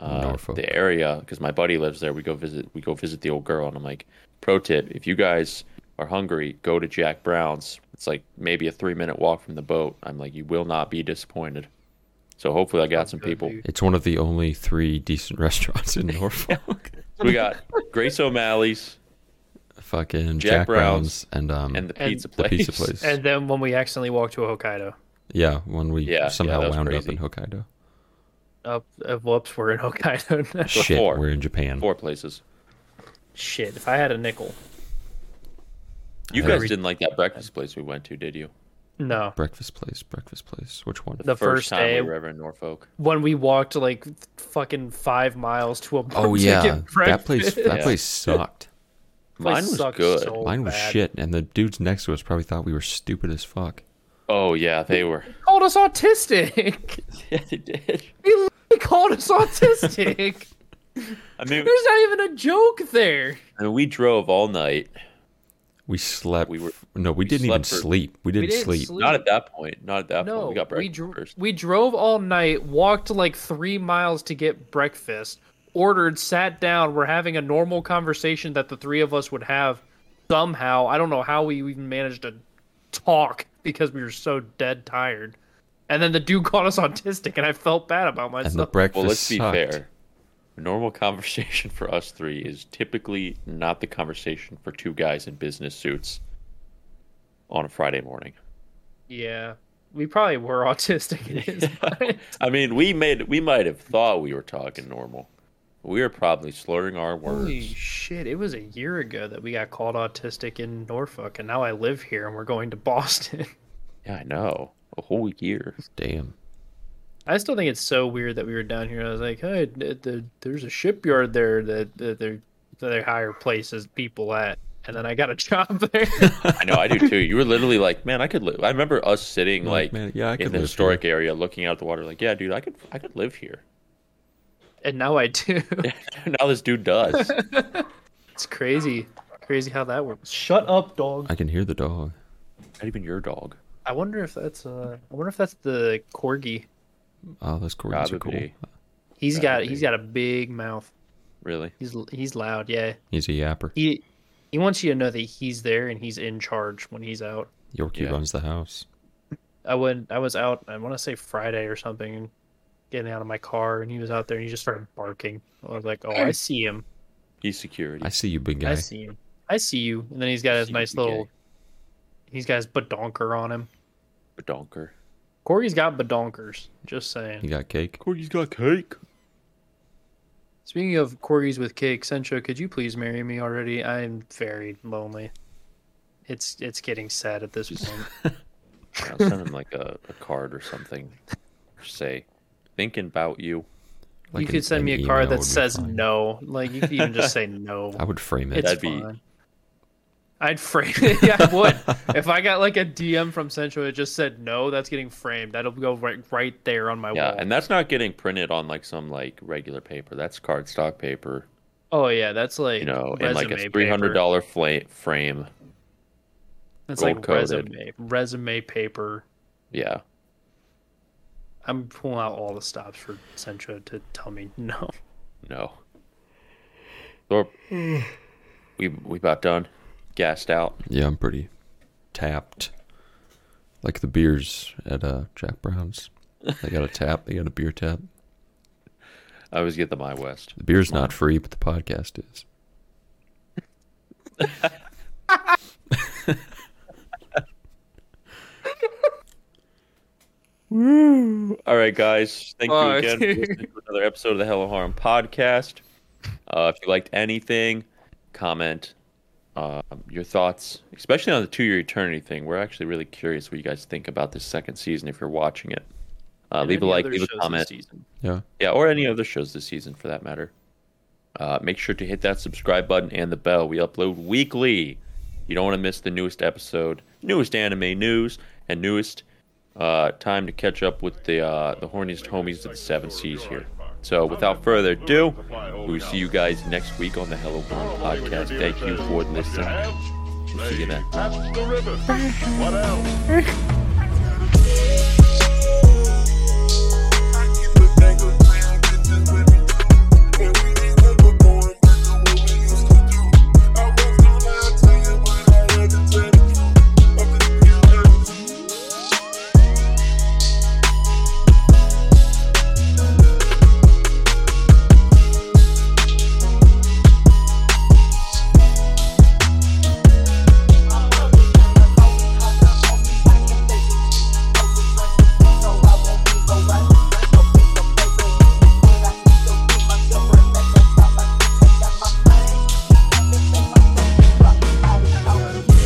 uh Norfolk. the area because my buddy lives there. We go visit. We go visit the old girl, and I'm like, pro tip: if you guys are hungry, go to Jack Brown's. It's like maybe a three minute walk from the boat. I'm like, you will not be disappointed. So hopefully, I got some good, people. dude. It's one of the only three decent restaurants in Norfolk. We got Grace O'Malley's Fucking Jack Jack, Brown's Brown's, and um and the And pizza the place. pizza place. and then when we accidentally walk to a Hokkaido, yeah, when we Yeah, yeah, somehow that was wound crazy. up in Hokkaido. up, uh, whoops, we're in Hokkaido. now. Shit, four. we're in Japan. Four places. Shit, if I had a nickel, You Yeah. guys didn't like that breakfast place we went to, did you? no. Breakfast place, breakfast place. Which one? The first, time day we were ever in Norfolk. when we walked like fucking five miles to a Oh yeah, that place. That Yeah. place sucked. Mine was sucks good. so Mine was bad. shit, and the dudes next to us probably thought we were stupid as fuck. Oh yeah, they were. Called us autistic. yeah, they did. he called us autistic. I mean, There's not even a joke there. I mean, we drove all night. We slept. We were- f- no, we, didn't even slept for- sleep. We didn't, didn't sleep. sleep. Not at that point. Not at that No, point. We got breakfast dro- first. we drove all night, walked like three miles to get breakfast, ordered, sat down. We're having a normal conversation that the three of us would have somehow. I don't know how we even managed to talk because we were so dead tired. And then the dude called us autistic, and I felt bad about And the myself. breakfast. Well, let's be sucked. fair. Normal conversation for us three is typically not the conversation for two guys in business suits on a Friday morning. yeah, we probably were autistic. In his mind. I mean, we made we might have thought we were talking normal. We were probably slurring our words. Holy shit! It was a year ago that we got called autistic in Norfolk, and now I live here, and we're going to Boston. Yeah, I know. A whole year. Damn. I still think it's so weird that we were down here. And I was like, hey, th- th- there's a shipyard there that, that they're that they hire places people at, and then I got a job there. I know, I do too. You were literally like, man, I could live. I remember us sitting Like, like, "Man, yeah, I in could the live historic area, looking out at the water, like, yeah, dude, I could, I could live here. and now I do. now this dude does. It's crazy, crazy how that works. Shut up, dog. I can hear the dog. Not even your dog. I wonder if that's uh, I wonder if that's the corgi. Oh, those cords are cool. Probably. He's got Probably. he's got a big mouth. Really? He's he's loud. Yeah, He's a yapper. he he wants you to know that he's there and he's in charge when he's out. Yorkie Yeah. runs the house. I went I was out I want to say Friday or something getting out of my car and he was out there and he just started barking. I was like, "Oh, I see him. He's security. I see you, big I guy. see him. I see you." And then he's got his See nice you, little He's got his badonker on him. A donker. Corey's got badonkers, just You saying. got cake. Corgi's got cake. It's Speaking of corgis with cake, Sencho, could you please marry me already? I'm very lonely. It's it's getting sad at this point. I'll send him like a, a card or something. Say, thinking about you. you could send me a card that says no. Like you could even just say no. I would frame it. It's that'd be- fine. I'd frame it. yeah, I would. if I got like a DM from Sencho that just said no, that's getting framed. That'll go right right there on my Yeah, wall. and that's not getting printed on like some like regular paper. That's cardstock paper, oh yeah, that's like you know, in like resume a paper. three hundred dollar fla- frame. That's gold like coated. resume resume paper. Yeah, I'm pulling out all the stops for Sentra to tell me Uh, no. no. Thorpe, we we about done. Gassed out. Yeah, I'm pretty tapped. Like the beers at uh, Jack Brown's. They got a tap. They got a beer tap. I always get the my west. The beer's not free, but the podcast is. All right, guys. Thank you Fuck. again for listening to another episode of the Hello Harm podcast. Uh, if you liked anything, comment um, your thoughts, especially on the two year eternity thing. We're actually really curious what you guys think about this second season if you're watching it. Uh, And leave a any like, other leave a shows this comment. season. Yeah. Yeah, or any other shows this season for that matter. Uh, make sure to hit that subscribe button and the bell. We upload weekly. You don't want to miss the newest episode, newest anime news, and newest uh, time to catch up with the uh, the horniest homies of the seven seas here. So, without further ado, we will see you guys next week on the Hello World podcast. Thank you for listening. We'll see you then. That's the ribbon. What else?